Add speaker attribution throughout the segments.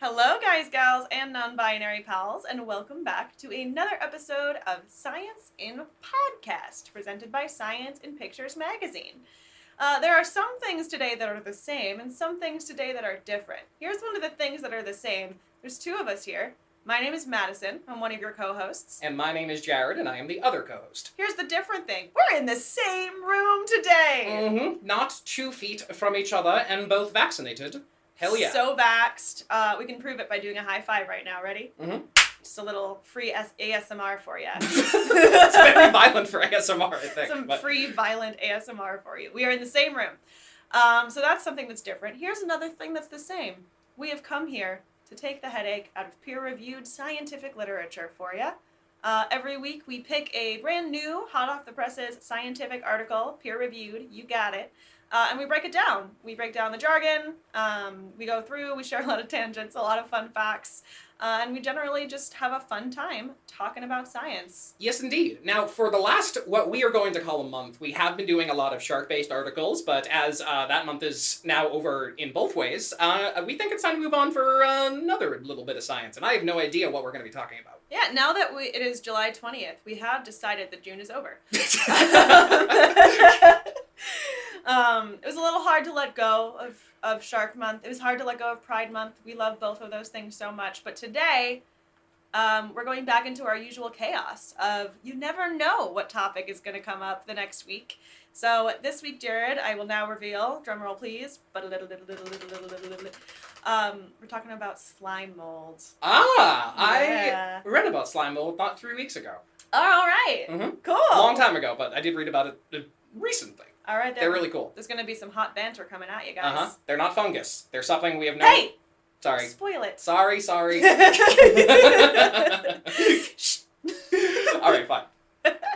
Speaker 1: Hello, guys, gals, and non binary pals, and welcome back to another episode of Science in Podcast, presented by Science in Pictures magazine. Uh, there are some things today that are the same, and some things today that are different. Here's one of the things that are the same there's two of us here. My name is Madison, I'm one of your co hosts.
Speaker 2: And my name is Jared, and I am the other co-host.
Speaker 1: Here's the different thing we're in the same room today.
Speaker 2: Mm-hmm. Not two feet from each other, and both vaccinated. Hell yeah.
Speaker 1: So vaxxed. Uh, we can prove it by doing a high five right now. Ready?
Speaker 2: Mhm.
Speaker 1: Just a little free S- ASMR for you.
Speaker 2: it's very violent for ASMR, I think.
Speaker 1: Some
Speaker 2: but-
Speaker 1: free violent ASMR for you. We are in the same room. Um, so that's something that's different. Here's another thing that's the same. We have come here to take the headache out of peer reviewed scientific literature for you. Uh, every week we pick a brand new, hot off the presses scientific article, peer reviewed, you got it. Uh, and we break it down. We break down the jargon. Um, we go through. We share a lot of tangents, a lot of fun facts, uh, and we generally just have a fun time talking about science.
Speaker 2: Yes, indeed. Now, for the last, what we are going to call a month, we have been doing a lot of shark based articles, but as uh, that month is now over in both ways, uh, we think it's time to move on for another little bit of science, and I have no idea what we're going to be talking about.
Speaker 1: Yeah. Now that we, it is July twentieth, we have decided that June is over. um, it was a little hard to let go of, of Shark Month. It was hard to let go of Pride Month. We love both of those things so much. But today, um, we're going back into our usual chaos of you never know what topic is going to come up the next week. So this week, Jared, I will now reveal, drumroll please, but a little, little, little, little, little, little, little, little. Um, we're talking about slime molds.
Speaker 2: ah, I
Speaker 1: Yeah.
Speaker 2: read about slime mold about three weeks ago.
Speaker 1: Oh, all right.
Speaker 2: Mhm.
Speaker 1: Cool.
Speaker 2: A long time ago, but I did read about it uh, recently.
Speaker 1: All right. Uh-huh.
Speaker 2: They're
Speaker 1: There,
Speaker 2: really cool.
Speaker 1: there's going to be some hot banter coming at you
Speaker 2: Uh huh.
Speaker 1: guys.
Speaker 2: They're not fungus. They're something we have no.
Speaker 1: Hey,
Speaker 2: Sorry.
Speaker 1: spoil it.
Speaker 2: Sorry, sorry.
Speaker 1: Shh.
Speaker 2: All right, fine.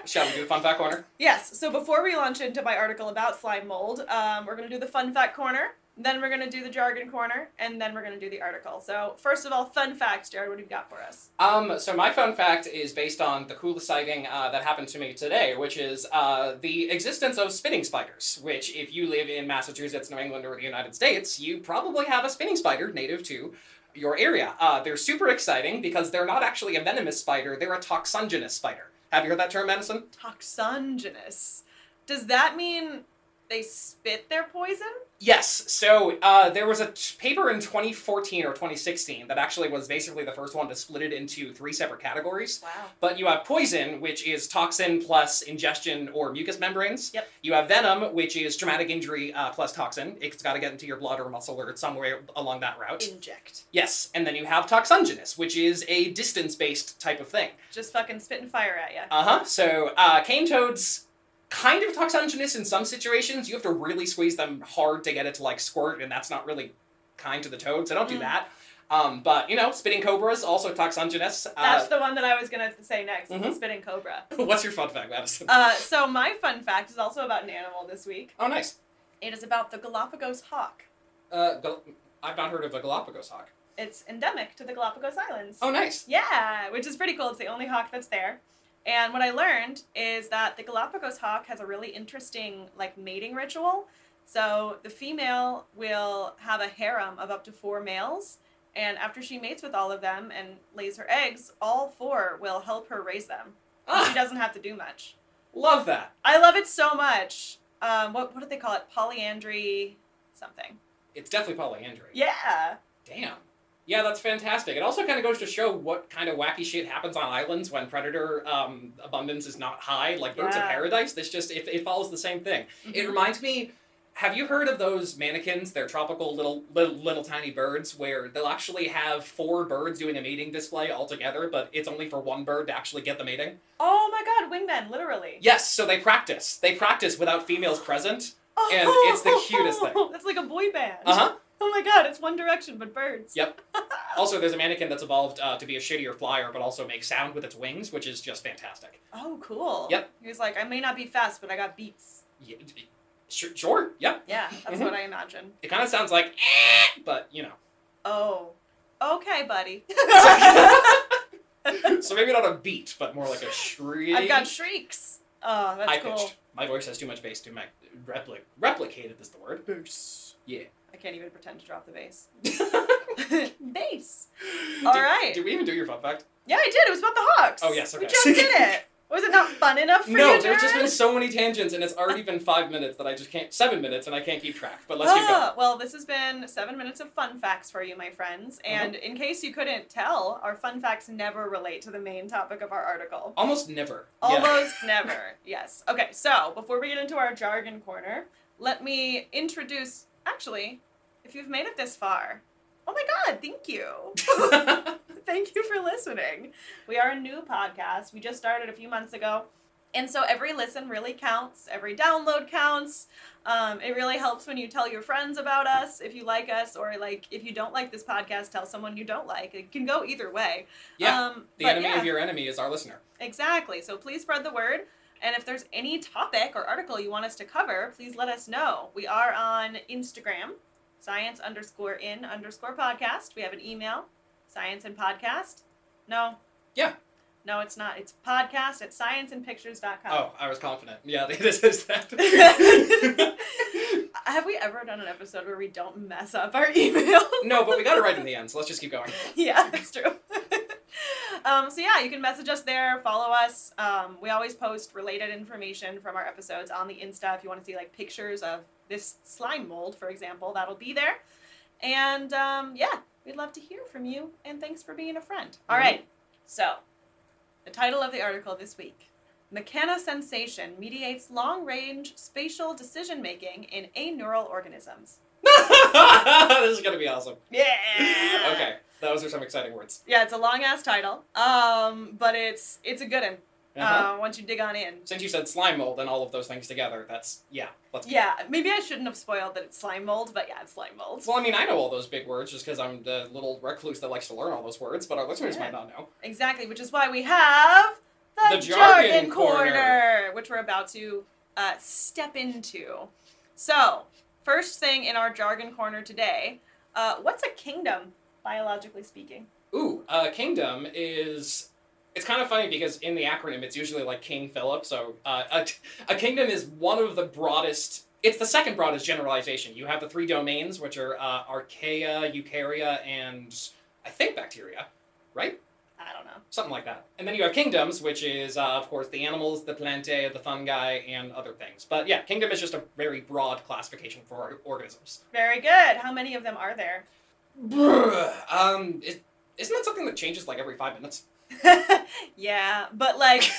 Speaker 2: Shall we do the fun fact corner?
Speaker 1: yes, so before we launch into my article about slime mold, um, we're going to do the fun fact corner, then we're going to do the jargon corner, and then we're going to do the article. So, first of all, fun facts, Jared, what do you got for us?
Speaker 2: Um, so my fun fact is based on the coolest sighting uh, that happened to me today, which is uh, the existence of spinning spiders. Which, if you live in Massachusetts, New England, or the United States, you probably have a spinning spider native to your area. Uh, they're super exciting because they're not actually a venomous spider; they're a toxogenous spider. Have you heard that term, Madison?
Speaker 1: Toxogenous. Does that mean they spit their poison?
Speaker 2: Yes. So uh, there was a t- paper in 2014 or 2016 that actually was basically the first one to split it into three separate categories.
Speaker 1: Wow.
Speaker 2: But you have poison, which is toxin plus ingestion or mucous membranes.
Speaker 1: Yep.
Speaker 2: You have venom, which is traumatic injury uh, plus toxin. It's got to get into your blood or muscle or somewhere along that route.
Speaker 1: Inject.
Speaker 2: Yes. And then you have toxogenous, which is a distance based type of thing.
Speaker 1: Just fucking spit and fire at you.
Speaker 2: Uh huh. So uh, cane toads, kind of toxogenous in some situations. You have to really squeeze them hard to get it to like squirt, and that's not really kind to the toad. So don't do
Speaker 1: Mm.
Speaker 2: that. Um, but you know, spitting cobras also toxogenous.
Speaker 1: That's
Speaker 2: Uh,
Speaker 1: the one that I was going to say next, is the
Speaker 2: Mhm.
Speaker 1: spitting cobra.
Speaker 2: what's your fun fact, Madison?
Speaker 1: Uh, so, my fun fact is also about an animal this week.
Speaker 2: oh, nice.
Speaker 1: It is about the Galapagos hawk.
Speaker 2: Uh, Gal- I've not heard of a Galapagos hawk.
Speaker 1: It's endemic to the Galapagos Islands.
Speaker 2: Oh, nice.
Speaker 1: Yeah, which is pretty cool. It's the only hawk that's there. And what I learned is that the Galapagos hawk has a really interesting like mating ritual. So the female will have a harem of up to four males, and after she mates with all of them and lays her eggs, all four will help her raise them. She
Speaker 2: Ah,
Speaker 1: doesn't have to do much.
Speaker 2: love that.
Speaker 1: I love it so much. Um, what what do they call it? Polyandry something.
Speaker 2: It's definitely polyandry.
Speaker 1: Yeah.
Speaker 2: Damn. Yeah, that's fantastic. It also kind of goes to show what kind of wacky shit happens on islands when predator um, abundance is not high, like birds of
Speaker 1: Yeah.
Speaker 2: paradise. This just it, it follows the same thing. It
Speaker 1: Mhm.
Speaker 2: reminds me. Have you heard of those mannequins? They're tropical little, little little tiny birds where they'll actually have four birds doing a mating display all together, but it's only for one bird to actually get the mating.
Speaker 1: Oh my god, wingmen, literally.
Speaker 2: Yes, so they practice. They practice without females present. and it's the cutest thing.
Speaker 1: That's like a boy band.
Speaker 2: Uh huh.
Speaker 1: Oh my god, it's One Direction but birds.
Speaker 2: Yep. Also, there's a mannequin that's evolved uh, to be a shittier flyer, but also make sound with its wings, which is just fantastic.
Speaker 1: Oh, cool.
Speaker 2: Yep.
Speaker 1: He was like, I may not be fast, but I got beats.
Speaker 2: Yeah, sure, sure, yep.
Speaker 1: Yeah, that's
Speaker 2: Mhm.
Speaker 1: what I imagine.
Speaker 2: It kind of sounds like, "Eh," but you know.
Speaker 1: Oh, okay, buddy.
Speaker 2: so maybe not a beat, but more like a shriek.
Speaker 1: I've got shrieks. Oh, that's
Speaker 2: high
Speaker 1: cool.
Speaker 2: pitched. My voice has too much bass to mac- repli- replicated is the word.
Speaker 1: Bass.
Speaker 2: Yeah.
Speaker 1: I can't even pretend to drop the bass. Base.
Speaker 2: All
Speaker 1: All
Speaker 2: right.
Speaker 1: right.
Speaker 2: Did we even do your fun fact?
Speaker 1: Yeah, I did. It was about the Hawks.
Speaker 2: Oh, yes,
Speaker 1: We
Speaker 2: okay.
Speaker 1: just did it. Was it not fun enough for you?
Speaker 2: No, there's just
Speaker 1: Jared?
Speaker 2: been so many tangents, and it's already been five minutes that I just can't. Seven minutes, and I can't keep track. But let's keep going.
Speaker 1: Ah, Well, this has been seven minutes of fun facts for you, my friends.
Speaker 2: Uh-huh.
Speaker 1: And in case you couldn't tell, our fun facts never relate to the main topic of our article.
Speaker 2: Almost never. Yeah.
Speaker 1: Almost never. Yes. Okay, so before we get into our jargon corner, let me introduce. Actually, if you've made it this far, oh my God, thank you. Thank you for listening. We are a new podcast. We just started a few months ago. And so every listen really counts, every download counts. Um, it really helps when you tell your friends about us if you like us, or like if you don't like this podcast, tell someone you don't like. It can go either way.
Speaker 2: Yeah,
Speaker 1: Um,
Speaker 2: the
Speaker 1: but
Speaker 2: enemy
Speaker 1: yeah.
Speaker 2: of your enemy is our listener.
Speaker 1: Exactly. So please spread the word. And if there's any topic or article you want us to cover, please let us know. We are on Instagram, science underscore in underscore podcast. We have an email, science and podcast. No.
Speaker 2: Yeah.
Speaker 1: No, it's not. It's podcast at scienceandpictures.com.
Speaker 2: Oh, I was confident. Yeah, this is that.
Speaker 1: Have we ever done an episode where we don't mess up our email?
Speaker 2: no, but we got it right in the end, so let's just keep going.
Speaker 1: yeah, that's true. um, so yeah, you can message us there, follow us. Um, we always post related information from our episodes on the Insta. If you want to see like pictures of this slime mold, for example, that'll be there. And um, yeah, we'd love to hear from you. And thanks for being a friend. All
Speaker 2: Mhm.
Speaker 1: right. So, the title of the article this week. Mechana sensation mediates long-range spatial decision-making in aneural organisms.
Speaker 2: this is gonna be awesome.
Speaker 1: Yeah.
Speaker 2: Okay, those are some exciting words.
Speaker 1: Yeah, it's a long ass title, um, but it's it's a good one. uh
Speaker 2: Uh-huh.
Speaker 1: once you dig on in.
Speaker 2: Since you said slime mold and all of those things together, that's yeah. Let's.
Speaker 1: Yeah, maybe I shouldn't have spoiled that it's slime mold, but yeah, it's slime mold.
Speaker 2: Well, I mean, I know all those big words just because I'm the little recluse that likes to learn all those words, but our listeners
Speaker 1: Yeah.
Speaker 2: might not know.
Speaker 1: Exactly, which is why we have the,
Speaker 2: The
Speaker 1: jargon,
Speaker 2: Jargon
Speaker 1: corner,
Speaker 2: Corner.
Speaker 1: which we're about to uh, step into. So, first thing in our jargon corner today, uh, what's a kingdom biologically speaking?
Speaker 2: Ooh, uh, kingdom is. It's kind of funny because in the acronym, it's usually like King Philip. So uh, a, a kingdom is one of the broadest. It's the second broadest generalization. You have the three domains, which are uh, Archaea, Eukarya, and I think bacteria, right?
Speaker 1: I don't know.
Speaker 2: Something like that. And then you have kingdoms, which is uh, of course the animals, the plantae, the fungi, and other things. But yeah, kingdom is just a very broad classification for organisms.
Speaker 1: Very good. How many of them are there?
Speaker 2: Brr, um, is, isn't that something that changes like every five minutes?
Speaker 1: yeah, but like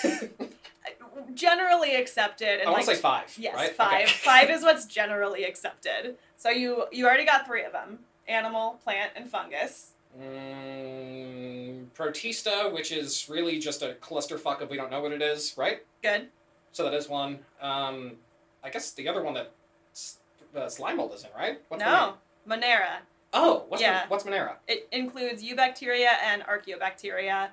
Speaker 1: generally accepted and
Speaker 2: I want
Speaker 1: like
Speaker 2: to say five.
Speaker 1: Yes,
Speaker 2: right?
Speaker 1: five.
Speaker 2: Okay.
Speaker 1: five is what's generally accepted. So you you already got three of them: animal, plant, and fungus.
Speaker 2: Mm, Protista, which is really just a clusterfuck if we don't know what it is, right?
Speaker 1: Good.
Speaker 2: So that is one. Um, I guess the other one that s- uh, slime mold is in, right? What's the name?
Speaker 1: no, Monera.
Speaker 2: Oh, what's
Speaker 1: Yeah.
Speaker 2: Mon- what's Monera?
Speaker 1: It includes eubacteria and archaeobacteria.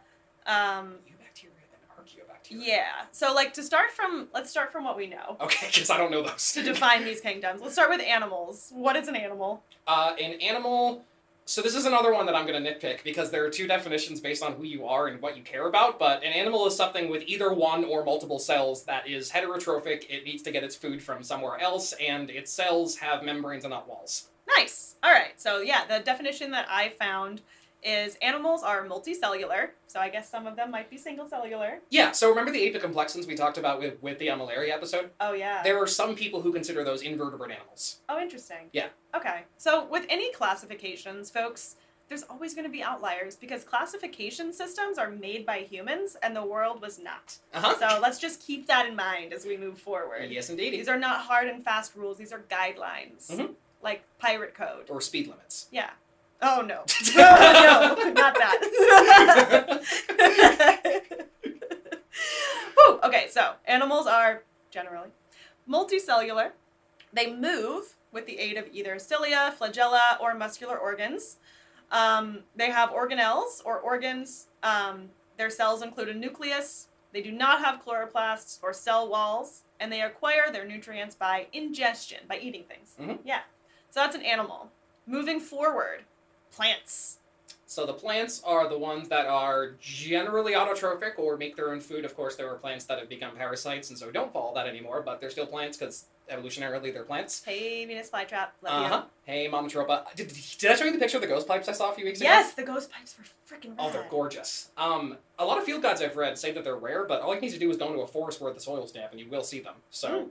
Speaker 1: Um,
Speaker 2: Eubacteria and archaeobacteria.
Speaker 1: yeah. So like to start from, let's start from what we know
Speaker 2: Okay, because I don't know those.
Speaker 1: to define these kingdoms. Let's start with animals. What is an animal?
Speaker 2: uh, an animal. So this is another one that I'm going to nitpick because there are two definitions based on who you are and what you care about. But an animal is something with either one or multiple cells that is heterotrophic. It needs to get its food from somewhere else, and its cells have membranes and not walls.
Speaker 1: Nice. All right. So yeah, the definition that I found is animals are multicellular. So I guess some of them might be single cellular.
Speaker 2: Yeah. So remember the apicomplexans we talked about with with the amelaria episode?
Speaker 1: Oh yeah.
Speaker 2: There are some people who consider those invertebrate animals.
Speaker 1: Oh, interesting.
Speaker 2: Yeah.
Speaker 1: Okay. So, with any classifications, folks, there's always going to be outliers because classification systems are made by humans and the world was not.
Speaker 2: Uh huh.
Speaker 1: So, let's just keep that in mind as we move forward.
Speaker 2: Yes, indeed.
Speaker 1: These are not hard and fast rules, these are guidelines,
Speaker 2: Mhm.
Speaker 1: like pirate code.
Speaker 2: Or speed limits.
Speaker 1: Yeah. Oh, no. no, no, not that. Whew, okay, so animals are generally multicellular. They move with the aid of either cilia, flagella, or muscular organs. Um, they have organelles or organs. Um, their cells include a nucleus. They do not have chloroplasts or cell walls, and they acquire their nutrients by ingestion, by eating things.
Speaker 2: Mhm.
Speaker 1: Yeah. So that's an animal. Moving forward, plants.
Speaker 2: So the plants are the ones that are generally autotrophic or make their own food. Of course, there are plants that have become parasites and so don't follow that anymore, but they're still plants because evolutionarily they're plants.
Speaker 1: Hey, Venus flytrap. Love
Speaker 2: Uh huh. Hey, Mama Tropa. Did, did I show you the picture of the ghost pipes I saw a few
Speaker 1: you.
Speaker 2: weeks ago?
Speaker 1: Yes, the ghost pipes were freaking
Speaker 2: Oh,
Speaker 1: rad.
Speaker 2: they're gorgeous. Um, a lot of field guides I've read say that they're rare, but all you need to do is go into a forest where the soil's damp, and you will see them. So,
Speaker 1: Hmm.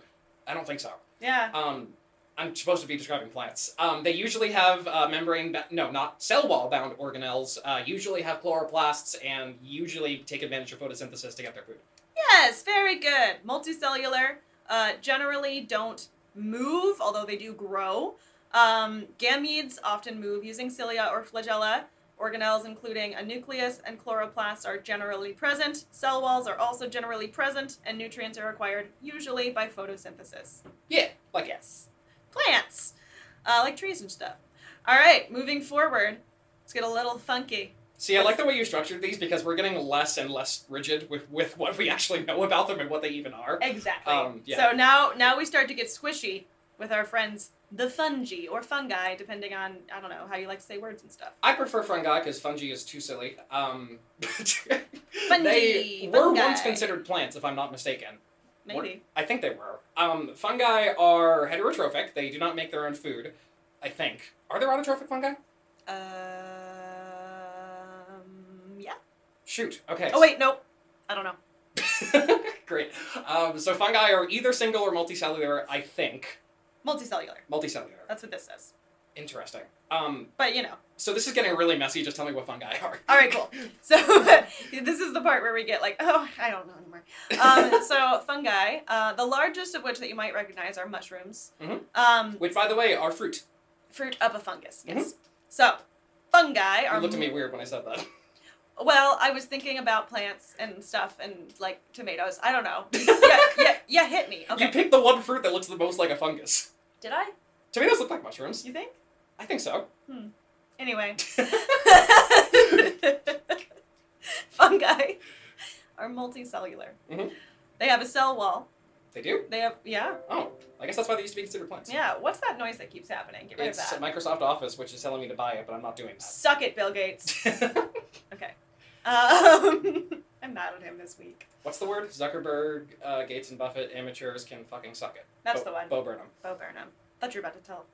Speaker 2: I don't think so.
Speaker 1: Yeah.
Speaker 2: Um, I'm supposed to be describing plants. Um, they usually have uh, membrane, ba- no, not cell wall bound organelles. Uh, usually have chloroplasts, and usually take advantage of photosynthesis to get their food.
Speaker 1: Yes, very good. Multicellular. Uh, generally don't move, although they do grow. Um, gametes often move using cilia or flagella. Organelles, including a nucleus and chloroplasts, are generally present. Cell walls are also generally present, and nutrients are acquired usually by photosynthesis.
Speaker 2: Yeah, like
Speaker 1: yes. Plants, uh, like trees and stuff. All right, moving forward. Let's get a little funky.
Speaker 2: See, I like the way you structured these because we're getting less and less rigid with, with what we actually know about them and what they even are.
Speaker 1: Exactly.
Speaker 2: Um, yeah.
Speaker 1: So now now we start to get squishy with our friends the fungi or fungi, depending on I don't know how you like to say words and stuff.
Speaker 2: I prefer fungi because fungi is too silly. Um,
Speaker 1: Fungi,
Speaker 2: they were
Speaker 1: fungi.
Speaker 2: once considered plants, if I'm not mistaken. What-
Speaker 1: Maybe.
Speaker 2: I think they were. Um, fungi are heterotrophic. They do not make their own food. I think. Are there autotrophic fungi?
Speaker 1: Um, yeah.
Speaker 2: Shoot. Okay.
Speaker 1: Oh wait, nope. I don't know.
Speaker 2: Great. Um, so fungi are either single or multicellular. I think
Speaker 1: Multicellular.
Speaker 2: multicellular.
Speaker 1: That's what this says.
Speaker 2: Interesting. Um,
Speaker 1: But you know.
Speaker 2: so this is getting really messy. Just tell me what fungi are.
Speaker 1: All right, cool. So this is the part where we get like, oh, I don't know anymore. Um, so fungi, uh, the largest of which that you might recognize are mushrooms.
Speaker 2: Mhm.
Speaker 1: Um,
Speaker 2: Which, by the way, are fruit.
Speaker 1: fruit of a fungus. Yes. So fungi are
Speaker 2: Mm-hmm. You looked at me weird when I said that.
Speaker 1: Well, I was thinking about plants and stuff and like tomatoes. I don't know. yeah, yeah, yeah, hit me.
Speaker 2: You
Speaker 1: Okay.
Speaker 2: picked the one fruit that looks the most like a fungus.
Speaker 1: Did I?
Speaker 2: Tomatoes look like mushrooms.
Speaker 1: You think?
Speaker 2: I think so.
Speaker 1: Anyway. Fungi are multicellular.
Speaker 2: Mhm.
Speaker 1: They have a cell wall.
Speaker 2: They do?
Speaker 1: They have yeah.
Speaker 2: Oh, I guess that's why they used to be considered plants.
Speaker 1: Yeah. What's that noise that keeps happening? Get rid
Speaker 2: It's
Speaker 1: of that.
Speaker 2: Microsoft Office, which is telling me to buy it, but I'm not doing
Speaker 1: Suck it, Bill Gates.
Speaker 2: that.
Speaker 1: Okay. Um, I'm mad at him this week.
Speaker 2: What's the word? Zuckerberg, uh, Gates, and Buffett, amateurs can fucking suck it.
Speaker 1: That's
Speaker 2: Bo-
Speaker 1: the one.
Speaker 2: Bo Burnham.
Speaker 1: Bo Burnham. Thought you were about to tell.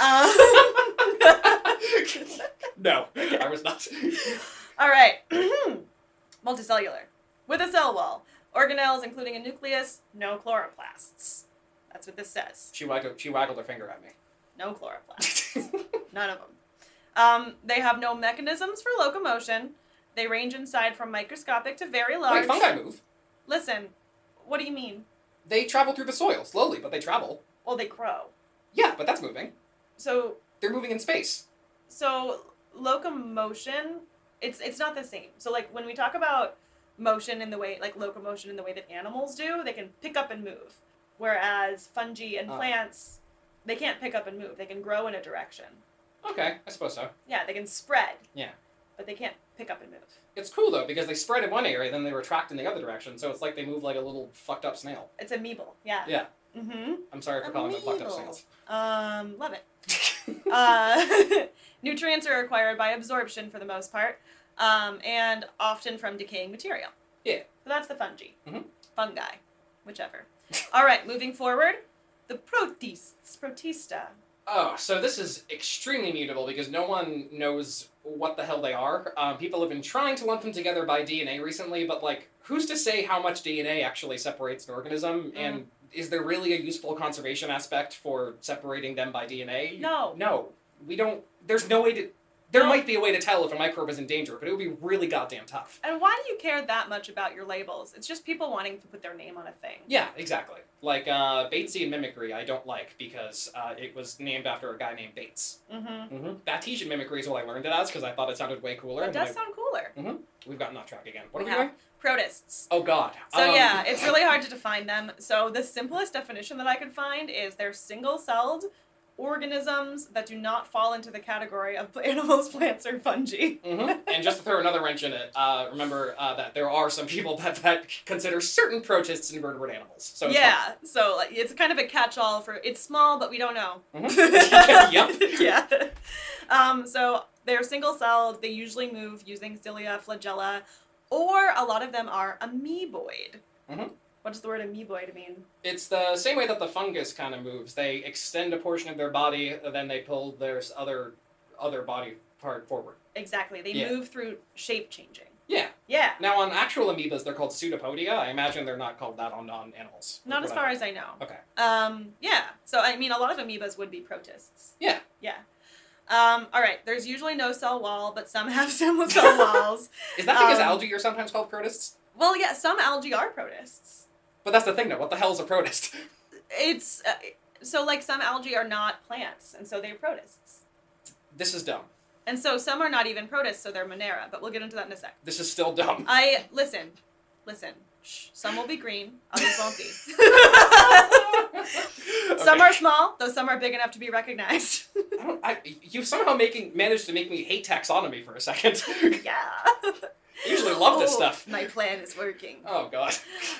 Speaker 1: Uh. Um,
Speaker 2: no, I was not.
Speaker 1: All right. Multicellular. With a cell wall. Organelles, including a nucleus, no chloroplasts. That's what this says.
Speaker 2: She waggled, she waggled her finger at
Speaker 1: No chloroplasts.
Speaker 2: me.
Speaker 1: None of them. Um, they have no mechanisms for locomotion. They range in size from microscopic to very large.
Speaker 2: Wait, fungi move.
Speaker 1: Listen, what do you mean?
Speaker 2: They travel through the soil slowly, but they travel.
Speaker 1: Well, they grow.
Speaker 2: Yeah, but that's moving.
Speaker 1: So,
Speaker 2: They're moving in space.
Speaker 1: so locomotion, it's it's not the same. So, like when we talk about motion in the way, like locomotion in the way that animals do, they can pick up and move. Whereas fungi and
Speaker 2: Ah.
Speaker 1: plants, they can't pick up and move. They can grow in a direction.
Speaker 2: Okay, I suppose so.
Speaker 1: Yeah, they can spread.
Speaker 2: Yeah.
Speaker 1: But they can't pick up and move.
Speaker 2: It's cool though because they spread in one area, then they retract in the other direction. So it's like they move like a little fucked up snail.
Speaker 1: It's amoebal. Yeah.
Speaker 2: Yeah.
Speaker 1: Mm-hmm.
Speaker 2: I'm sorry for calling them fucked up
Speaker 1: Amoebal.
Speaker 2: snails.
Speaker 1: Um, love it. uh, nutrients are acquired by absorption for the most part, um, and often from decaying material.
Speaker 2: Yeah.
Speaker 1: So that's the fungi.
Speaker 2: Mhm.
Speaker 1: Fungi, whichever. All right, moving forward, the protists. Protista.
Speaker 2: Oh, so this is extremely mutable because no one knows what the hell they are. Um, people have been trying to lump them together by DNA recently, but like, who's to say how much DNA actually separates an organism?
Speaker 1: Mm.
Speaker 2: And is there really a useful conservation aspect for separating them by DNA?
Speaker 1: No.
Speaker 2: No. We don't. There's no way to. There
Speaker 1: No.
Speaker 2: might be a way to tell if a microbe is in danger, but it would be really goddamn tough.
Speaker 1: And why do you care that much about your labels? It's just people wanting to put their name on a thing.
Speaker 2: Yeah, exactly. Like uh, Batesian mimicry, I don't like because uh, it was named after a guy named Bates.
Speaker 1: Mm-hmm.
Speaker 2: Mm-hmm. Batesian mimicry is what I learned it as because I thought it sounded way cooler.
Speaker 1: It
Speaker 2: and then
Speaker 1: does
Speaker 2: I-
Speaker 1: sound cooler.
Speaker 2: we've gotten off track again. What
Speaker 1: We
Speaker 2: are we
Speaker 1: have
Speaker 2: doing?
Speaker 1: Protists.
Speaker 2: Oh God.
Speaker 1: So
Speaker 2: Um,
Speaker 1: yeah, it's really hard to define them. So the simplest definition that I could find is they're single-celled organisms that do not fall into the category of animals, plants, or fungi.
Speaker 2: mhm. And just to throw another wrench in it, uh, remember uh, that there are some people that, that consider certain protists invertebrate animals. So it's
Speaker 1: yeah, so like, it's kind of a catch-all for it's small, but we don't know.
Speaker 2: Mhm. Yep.
Speaker 1: Yeah. Um, so they're single-celled. They usually move using cilia, flagella, or a lot of them are amoeboid,
Speaker 2: Mhm.
Speaker 1: What does the word amoeboid mean?
Speaker 2: It's the same way that the fungus kind of moves. They extend a portion of their body, and then they pull their s- other other body part forward.
Speaker 1: Exactly. They
Speaker 2: Yeah.
Speaker 1: move through shape changing.
Speaker 2: Yeah.
Speaker 1: Yeah.
Speaker 2: Now, on actual amoebas, they're called pseudopodia. I imagine they're not called that on non-animals.
Speaker 1: Not as
Speaker 2: Whatever.
Speaker 1: far as I know.
Speaker 2: Okay.
Speaker 1: Um, yeah. So I mean, a lot of amoebas would be protists.
Speaker 2: Yeah.
Speaker 1: Yeah. Um, all right. There's usually no cell wall, but some have single cell walls.
Speaker 2: Is that because
Speaker 1: Um,
Speaker 2: algae are sometimes called protists?
Speaker 1: Well, yeah. Some algae are protists.
Speaker 2: But that's the thing, though. What the hell is a protist?
Speaker 1: It's uh, so like some algae are not plants, and so they're protists.
Speaker 2: this is dumb.
Speaker 1: And so some are not even protists, so they're Monera. But we'll get into that in a sec.
Speaker 2: This is still dumb.
Speaker 1: I listen, listen. Shh. Some will be green, others won't be. Some
Speaker 2: Okay.
Speaker 1: are small, though some are big enough to be recognized.
Speaker 2: I don't, I, you somehow making managed to make me hate taxonomy for a second. I
Speaker 1: yeah.
Speaker 2: usually love this
Speaker 1: Oh,
Speaker 2: stuff.
Speaker 1: My plan is working.
Speaker 2: Oh god.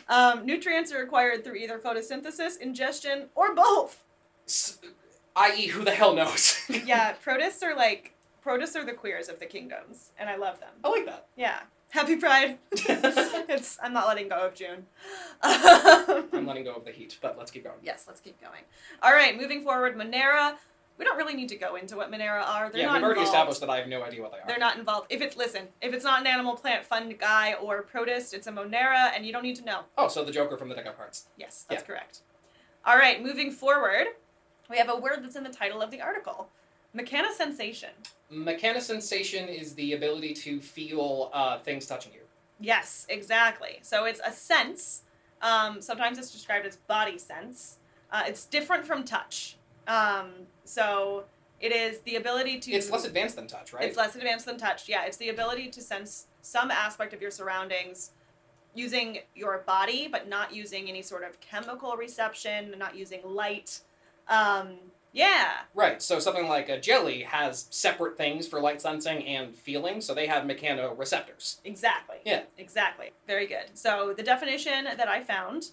Speaker 1: Um, nutrients are acquired through either photosynthesis, ingestion, or both.
Speaker 2: S- I.e., who the hell knows?
Speaker 1: Yeah, protists are like protists are the queers of the kingdoms, and I love them.
Speaker 2: I like that.
Speaker 1: Yeah, happy Pride. it's I'm not letting go of June. Um,
Speaker 2: I'm letting go of the heat, but let's keep going.
Speaker 1: yes, let's keep going. All right, moving forward, Monera. We don't really need to go into what Monera are. They're
Speaker 2: yeah,
Speaker 1: not
Speaker 2: we've already
Speaker 1: involved.
Speaker 2: established that I have no idea what they are.
Speaker 1: They're not involved. If it's listen, if it's not an animal, plant, fungi, or protist, it's a Monera, and you don't need to know.
Speaker 2: Oh, so the Joker from the Deck of Hearts.
Speaker 1: Yes, that's correct. All right, moving forward, we have a word that's in the title of the article mechanosensation.
Speaker 2: Mechanosensation is the ability to feel uh, things touching you.
Speaker 1: Yes, exactly. So it's a sense. Um, sometimes it's described as body sense. Uh, it's different from touch. Um, so it is the ability to.
Speaker 2: It's less advanced than touch, right?
Speaker 1: It's less advanced than touch. Yeah, it's the ability to sense some aspect of your surroundings using your body, but not using any sort of chemical reception, not using light. Um, yeah,
Speaker 2: Right, so something like a jelly has separate things for light sensing and feeling, so they have mechanoreceptors.
Speaker 1: exactly.
Speaker 2: Yeah.
Speaker 1: Exactly. Very good. So the definition that I found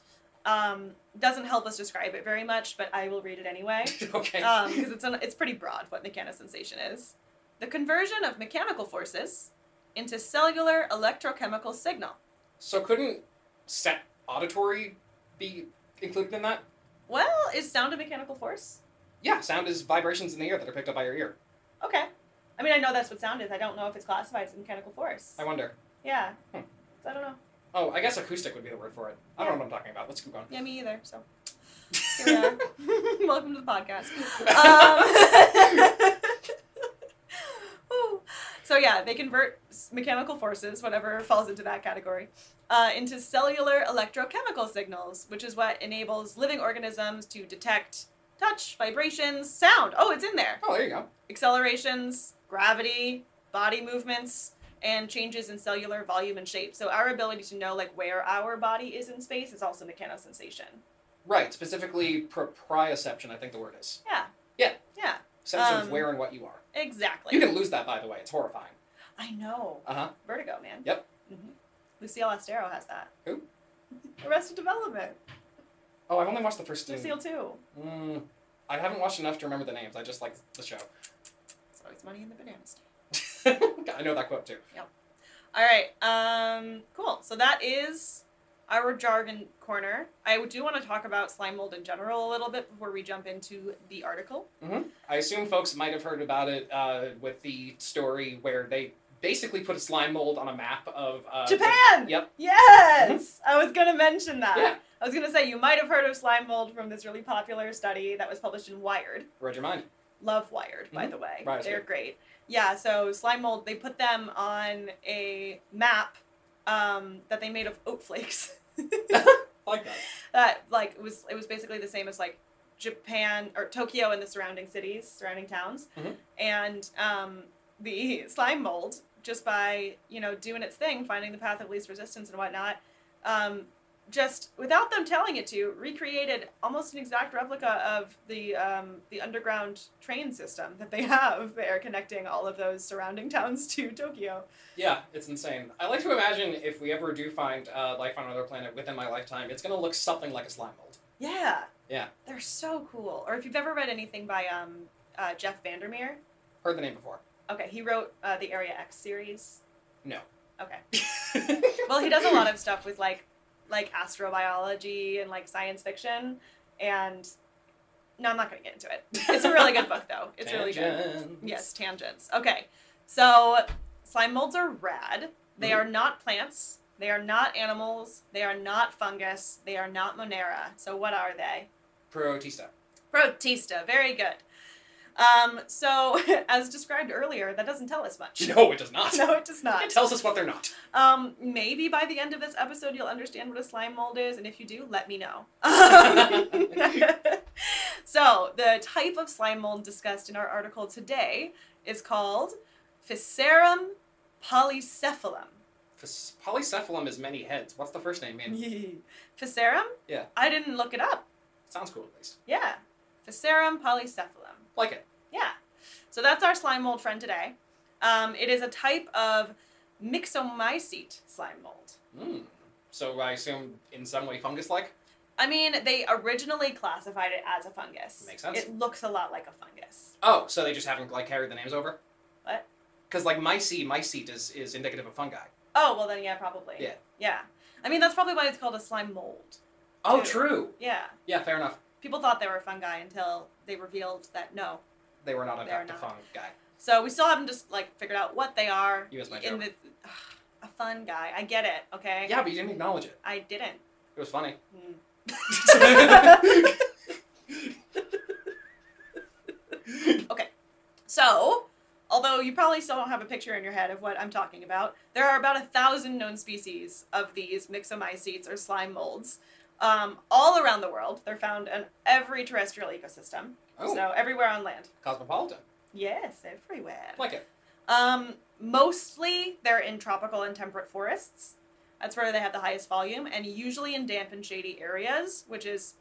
Speaker 1: um, doesn't help us describe it very much, but I will read it anyway.
Speaker 2: okay.
Speaker 1: because it's an, it's pretty broad what mechanosensation is. The conversion of mechanical forces into cellular electrochemical signal.
Speaker 2: so couldn't set auditory be included in that?
Speaker 1: Well, is sound a mechanical force?
Speaker 2: Yeah, sound is vibrations in the air that are picked up by your ear.
Speaker 1: Okay. I mean, I know that's what sound is. I don't know if it's classified as mechanical force.
Speaker 2: I wonder.
Speaker 1: yeah.
Speaker 2: Hmm.
Speaker 1: So I don't know.
Speaker 2: Oh, I guess acoustic would be the word for it. I don't know what I'm talking about. Let's keep going.
Speaker 1: Yeah, me either. So here we are. Welcome to the podcast. Um, Woo. so yeah, they convert s- mechanical forces, whatever falls into that category, uh, into cellular electrochemical signals, which is what enables living organisms to detect touch, vibrations, sound. Oh, it's in there.
Speaker 2: oh, there you go.
Speaker 1: accelerations, gravity, body movements, and changes in cellular volume and shape. So our ability to know like where our body is in space is also mechanosensation.
Speaker 2: Right, specifically proprioception, I think the word is.
Speaker 1: Yeah.
Speaker 2: Yeah.
Speaker 1: Yeah.
Speaker 2: Sense
Speaker 1: Um,
Speaker 2: of where and what you are.
Speaker 1: Exactly.
Speaker 2: You can lose that, by the way. It's horrifying.
Speaker 1: I know.
Speaker 2: Uh huh.
Speaker 1: Vertigo, man.
Speaker 2: Yep.
Speaker 1: hmm Lucille Astero has that.
Speaker 2: Who?
Speaker 1: Arrested Development.
Speaker 2: Oh, I've only watched the first two.
Speaker 1: Lucille too.
Speaker 2: Mm, I haven't watched enough to remember the names. I just like the show.
Speaker 1: It's always money in the banana stand.
Speaker 2: I know that quote too.
Speaker 1: All right. Um, cool. So that is our jargon corner. I do want to talk about slime mold in general a little bit before we jump into the article.
Speaker 2: I assume folks might have heard about it uh, with the story where they basically put a slime mold on a map of uh,
Speaker 1: Japan.
Speaker 2: yep.
Speaker 1: Yes, I was gonna mention that.
Speaker 2: Yeah.
Speaker 1: I was gonna say you might have heard of slime mold from this really popular study that was published in Wired.
Speaker 2: The, read your mind.
Speaker 1: Love Wired, by
Speaker 2: Mhm.
Speaker 1: the way.
Speaker 2: Wired's
Speaker 1: They're great. Yeah. So slime mold, they put them on a map um, that they made of oat flakes.
Speaker 2: I like that.
Speaker 1: that like was it was basically the same as like Japan or Tokyo and the surrounding cities, surrounding towns,
Speaker 2: Mhm.
Speaker 1: and um, the slime mold just by you know doing its thing, finding the path of least resistance and whatnot, um, just without them telling it to, you, recreated almost an exact replica of the um, the underground train system that they have there, connecting all of those surrounding towns to Tokyo.
Speaker 2: Yeah, it's insane. I like to imagine if we ever do find uh, life on another planet within my lifetime, it's gonna look something like a slime mold.
Speaker 1: Yeah.
Speaker 2: Yeah.
Speaker 1: They're so cool. Or if you've ever read anything by um, uh, Jeff Vandermeer,
Speaker 2: Heard the name before.
Speaker 1: Okay, he wrote uh, the Area X series.
Speaker 2: No.
Speaker 1: Okay. Well, he does a lot of stuff with like like astrobiology and like science fiction. And no, I'm not going to get into it. It's a really good book, though. It's really good.
Speaker 2: Tangents.
Speaker 1: Yes, tangents. Okay. So slime molds are rad. They
Speaker 2: Mhm.
Speaker 1: are not plants. They are not animals. They are not fungus. They are not Monera. So what are they?
Speaker 2: Protista.
Speaker 1: Protista. Very good. Um, so as described earlier, that doesn't tell us much.
Speaker 2: No, it does not.
Speaker 1: No, it does
Speaker 2: It
Speaker 1: not.
Speaker 2: tells us what they're not.
Speaker 1: Um, maybe by the end of this episode, you'll understand what a slime mold is, and if you do, let me know. so, the type of slime mold discussed in our article today is called Ficerum polycephalum.
Speaker 2: Phys- Polycephalum is many heads. What's the first name mean?
Speaker 1: Ficerum?
Speaker 2: Yeah.
Speaker 1: I didn't look it up.
Speaker 2: Sounds cool at least.
Speaker 1: Yeah. Ficerum polycephalum.
Speaker 2: Like it.
Speaker 1: Yeah. So that's our slime mold friend today. Um, it is a type of myxomycete slime mold.
Speaker 2: Mm. So I assume in some way fungus-like.
Speaker 1: I mean, they originally classified it as a fungus.
Speaker 2: Makes sense.
Speaker 1: It looks a lot like a fungus.
Speaker 2: Oh, so they just haven't like carried the names over.
Speaker 1: What?
Speaker 2: Because like mycete, mycete is is indicative of fungi.
Speaker 1: Oh, well, then, yeah, probably.
Speaker 2: Yeah.
Speaker 1: Yeah. I mean, that's probably why it's called a slime mold.
Speaker 2: Oh,
Speaker 1: Yeah.
Speaker 2: true.
Speaker 1: Yeah.
Speaker 2: Yeah, fair enough.
Speaker 1: People thought they were fungi until they revealed that no.
Speaker 2: They were not in
Speaker 1: They're
Speaker 2: fact a
Speaker 1: not.
Speaker 2: fungi.
Speaker 1: So we still haven't just, like, figured out what they are.
Speaker 2: You missed my
Speaker 1: In the, Ugh, a fun guy. I get it, okay?
Speaker 2: Yeah, but you didn't acknowledge it.
Speaker 1: I didn't.
Speaker 2: It was funny.
Speaker 1: Mm. So, although you probably still don't have a picture in your head of what I'm talking about, there are about a thousand known species of these myxomycetes or slime molds um, all around the world. They're found in every terrestrial ecosystem,
Speaker 2: oh,
Speaker 1: so everywhere on land.
Speaker 2: cosmopolitan.
Speaker 1: Yes, everywhere.
Speaker 2: Like it.
Speaker 1: Um, mostly they're in tropical and temperate forests. That's where they have the highest volume, and usually in damp and shady areas, which is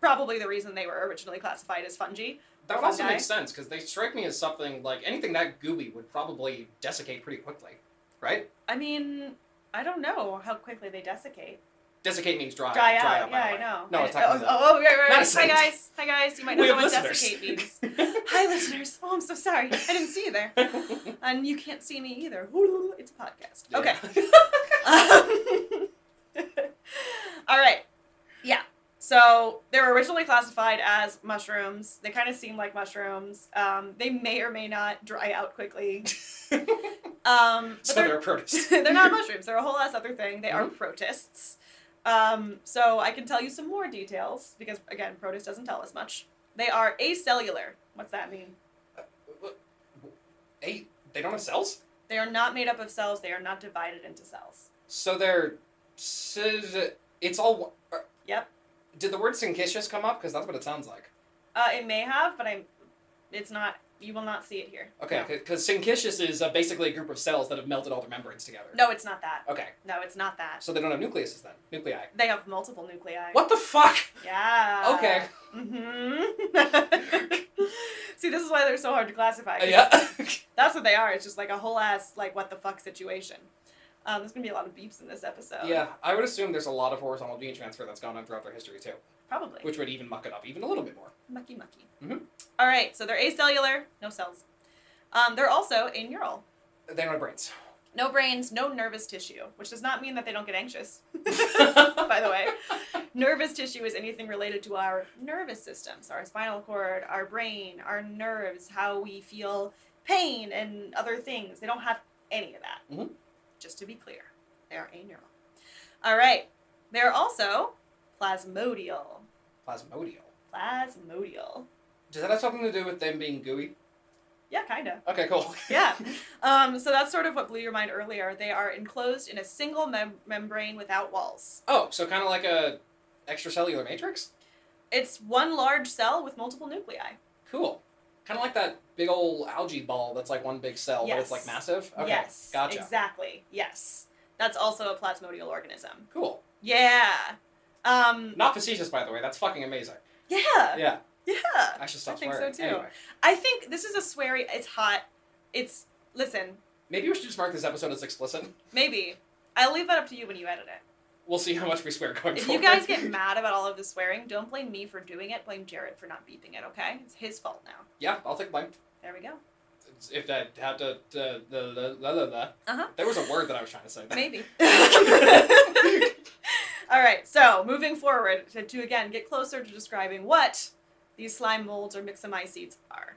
Speaker 1: probably the reason they were originally classified as fungi.
Speaker 2: That would also
Speaker 1: Fungi?
Speaker 2: make sense because they strike me as something like anything that gooey would probably desiccate pretty quickly, right?
Speaker 1: I mean, I don't know how quickly they desiccate.
Speaker 2: Desiccate means dry,
Speaker 1: dry
Speaker 2: dry
Speaker 1: out.
Speaker 2: by
Speaker 1: Yeah,
Speaker 2: the
Speaker 1: I
Speaker 2: way.
Speaker 1: know.
Speaker 2: No,
Speaker 1: I-
Speaker 2: it's talking
Speaker 1: oh,
Speaker 2: about-
Speaker 1: oh, oh, right, right, right. Hi
Speaker 2: Madison.
Speaker 1: guys. Hi guys. You might
Speaker 2: We
Speaker 1: not know
Speaker 2: have
Speaker 1: what
Speaker 2: listeners.
Speaker 1: desiccate means. Hi listeners. Oh, I'm so sorry. I didn't see you there, and you can't see me either. Ooh, It's a podcast.
Speaker 2: Yeah.
Speaker 1: Okay. Um, all right. Yeah. So they were originally classified as mushrooms. They kind of seem like mushrooms. Um, they may or may not dry out quickly. Um, but
Speaker 2: so
Speaker 1: they're-
Speaker 2: they're a protist.
Speaker 1: they're not mushrooms. They're a whole ass other thing. They are
Speaker 2: Mm-hmm.
Speaker 1: protists. Um, so I can tell you some more details because again, protist doesn't tell us much. They are acellular. What's that mean?
Speaker 2: Hey, they don't have cells,
Speaker 1: They are not made up of cells. They are not divided into cells.
Speaker 2: so they're. sys- It's all. uh,
Speaker 1: Yep.
Speaker 2: Did the word syncytius come up? Because that's what it sounds like.
Speaker 1: Uh, it may have, but I'm. It's not. You will not see it here.
Speaker 2: Okay, because syncytius is uh, basically a group of cells that have melted all their membranes together.
Speaker 1: No. no, it's not that.
Speaker 2: Okay,
Speaker 1: No, it's not that.
Speaker 2: so they don't have nucleuses then. Nuclei.
Speaker 1: They have multiple nuclei.
Speaker 2: What the fuck?
Speaker 1: Yeah.
Speaker 2: Okay.
Speaker 1: Mm-hmm. See, this is why they're so hard to
Speaker 2: Uh,
Speaker 1: classify. 'cause
Speaker 2: yeah.
Speaker 1: That's what they are. It's just like a whole ass like what the fuck situation. Um, there's gonna be a lot of beeps in this episode.
Speaker 2: yeah, I would assume there's a lot of horizontal gene transfer that's gone on throughout their history too,
Speaker 1: probably.
Speaker 2: which would even muck it up even a little bit more.
Speaker 1: mucky mucky.
Speaker 2: Mhm.
Speaker 1: All right, so they're acellular, no cells. Um, they're also anural,
Speaker 2: They don't have brains.
Speaker 1: no brains, no nervous tissue, which does not mean that they don't get anxious. By the way, nervous tissue is anything related to our nervous systems, our spinal cord, our brain, our nerves, how we feel pain and other things. They don't have any of that.
Speaker 2: Mhm.
Speaker 1: Just to be clear, they are anural. All right. They're also plasmodial.
Speaker 2: Plasmodial.
Speaker 1: Plasmodial.
Speaker 2: Does that have something to do with them being gooey?
Speaker 1: Yeah, kind of.
Speaker 2: Okay, cool.
Speaker 1: Yeah. Um, so that's sort of what blew your mind earlier. They are enclosed in a single mem- membrane without walls.
Speaker 2: Oh, so kind of like a extracellular matrix?
Speaker 1: It's one large cell with multiple nuclei.
Speaker 2: Cool. Kind of like that big old algae ball that's like one big cell, but it's like
Speaker 1: Yes.
Speaker 2: massive. Okay,
Speaker 1: yes.
Speaker 2: gotcha.
Speaker 1: Exactly. Yes. That's also a plasmodial organism.
Speaker 2: Cool.
Speaker 1: Yeah. Um,
Speaker 2: Not facetious, by the way. That's fucking amazing.
Speaker 1: yeah.
Speaker 2: Yeah,
Speaker 1: Yeah.
Speaker 2: I should stop
Speaker 1: Uh, I think so,
Speaker 2: swearing.
Speaker 1: too.
Speaker 2: Anyway,
Speaker 1: I think this is a sweary. It's hot. It's listen.
Speaker 2: maybe we should just mark this episode as explicit.
Speaker 1: Maybe I'll leave that up to you when you edit it.
Speaker 2: We'll see how much we swear going
Speaker 1: If you
Speaker 2: forward.
Speaker 1: guys get mad about all of the swearing, don't blame me for doing it. Blame Jared for not beeping it. Okay, it's his fault now.
Speaker 2: yeah, I'll take blame.
Speaker 1: There we go.
Speaker 2: If that had to, the the the the the.
Speaker 1: Uh-huh.
Speaker 2: There was a word that I was trying to say.
Speaker 1: Maybe. All right, so moving forward to, to again get closer to describing what these slime molds or mycetes are.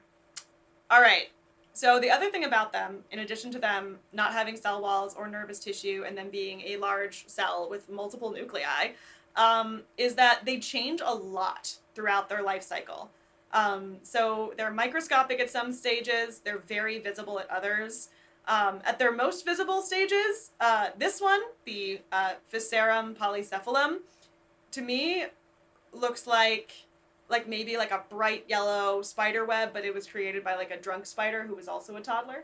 Speaker 1: All right, so the other thing about them, in addition to them not having cell walls or nervous tissue and them being a large cell with multiple nuclei, um, is that they change a lot throughout their life cycle. Um, so they're microscopic at some stages, they're very visible at others. Um, at their most visible stages, uh, this one, the uh, Ficerum polycephalum, to me looks like like maybe like a bright yellow spider web, but it was created by like a drunk spider who was also a toddler.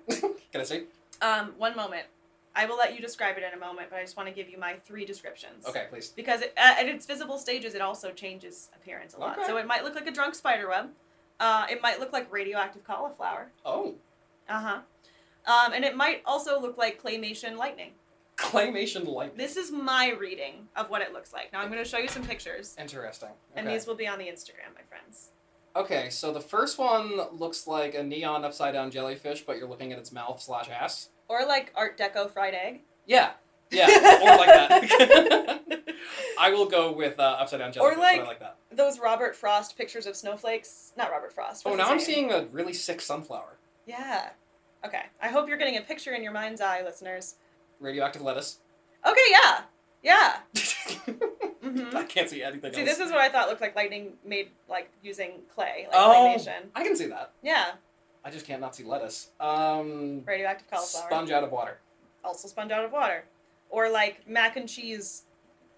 Speaker 2: Can I see?
Speaker 1: Um, one moment, I will let you describe it in a moment, but I just want to give you my three descriptions.
Speaker 2: Okay, please.
Speaker 1: Because it, uh, at at its visible stages, it also changes appearance a lot.
Speaker 2: Okay.
Speaker 1: So it might look like a drunk spider web. Uh, it might look like radioactive cauliflower.
Speaker 2: Oh,
Speaker 1: Uh huh. Um, and it might also look like claymation lightning.
Speaker 2: claymation lightning.
Speaker 1: This is my reading of what it looks like. Now I'm going to show you some pictures,
Speaker 2: Interesting. Okay.
Speaker 1: and these will be on the Instagram, my friends.
Speaker 2: Okay, so the first one looks like a neon upside down jellyfish, but you're looking at its mouth slash ass.
Speaker 1: Or like Art Deco fried egg.
Speaker 2: Yeah, yeah, or like that. I will go with uh, upside down jellyfish. but I
Speaker 1: like-
Speaker 2: like that.
Speaker 1: Those Robert Frost pictures of snowflakes. Not Robert Frost.
Speaker 2: Oh,
Speaker 1: what's
Speaker 2: now
Speaker 1: his
Speaker 2: I'm
Speaker 1: name?
Speaker 2: seeing a really sick sunflower.
Speaker 1: Yeah. Okay. I hope you're getting a picture in your mind's eye, listeners.
Speaker 2: Radioactive lettuce.
Speaker 1: Okay. Yeah. Yeah.
Speaker 2: I
Speaker 1: hmm
Speaker 2: can't see anything
Speaker 1: See,
Speaker 2: else.
Speaker 1: this is what I thought looked like lightning made like using clay, like
Speaker 2: Oh.
Speaker 1: claymation.
Speaker 2: I can see that.
Speaker 1: Yeah.
Speaker 2: I just can't not see lettuce. Um,
Speaker 1: Radioactive cauliflower.
Speaker 2: sponge out of water.
Speaker 1: also sponge out of water, or like mac and cheese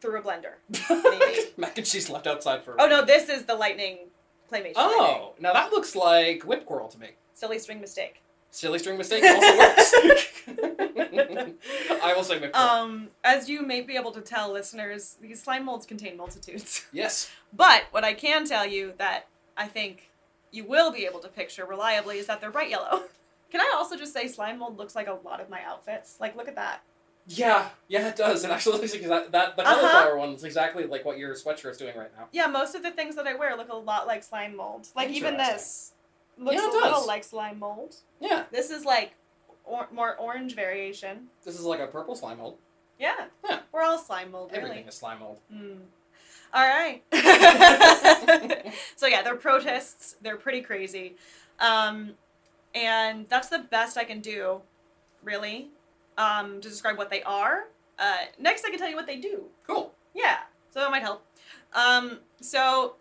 Speaker 1: through a blender. Maybe.
Speaker 2: Mac and cheese left outside for.
Speaker 1: Oh no, this is the lightning claymation. lightning.
Speaker 2: Oh, now that looks like whip whirl to me.
Speaker 1: silly string mistake.
Speaker 2: Silly string mistake also works. I will say whip whirl.
Speaker 1: Um, as you may be able to tell, listeners, these slime molds contain multitudes.
Speaker 2: yes.
Speaker 1: But what I can tell you that I think you will be able to picture reliably is that they're bright yellow. Can I also just say slime mold looks like a lot of my outfits? Like, look at that.
Speaker 2: Yeah, yeah, it does. It actually looks like that, that the
Speaker 1: Uh-huh.
Speaker 2: cauliflower one is exactly like what your sweatshirt's doing right now.
Speaker 1: Yeah, most of the things that I wear look a lot like slime mold. Like even
Speaker 2: Interesting.
Speaker 1: this looks
Speaker 2: Yeah, it
Speaker 1: a little
Speaker 2: does.
Speaker 1: like slime mold.
Speaker 2: Yeah,
Speaker 1: This is like or- more orange variation.
Speaker 2: this is like a purple slime mold.
Speaker 1: Yeah.
Speaker 2: Yeah.
Speaker 1: We're all slime mold, really.
Speaker 2: Everything is slime mold.
Speaker 1: Mm. All right. so yeah, their protests, they're pretty crazy. Um, and that's the best I can do, really, um, to describe what they are. Uh, next, I can tell you what they do.
Speaker 2: Cool.
Speaker 1: Yeah, so that might help. Um, so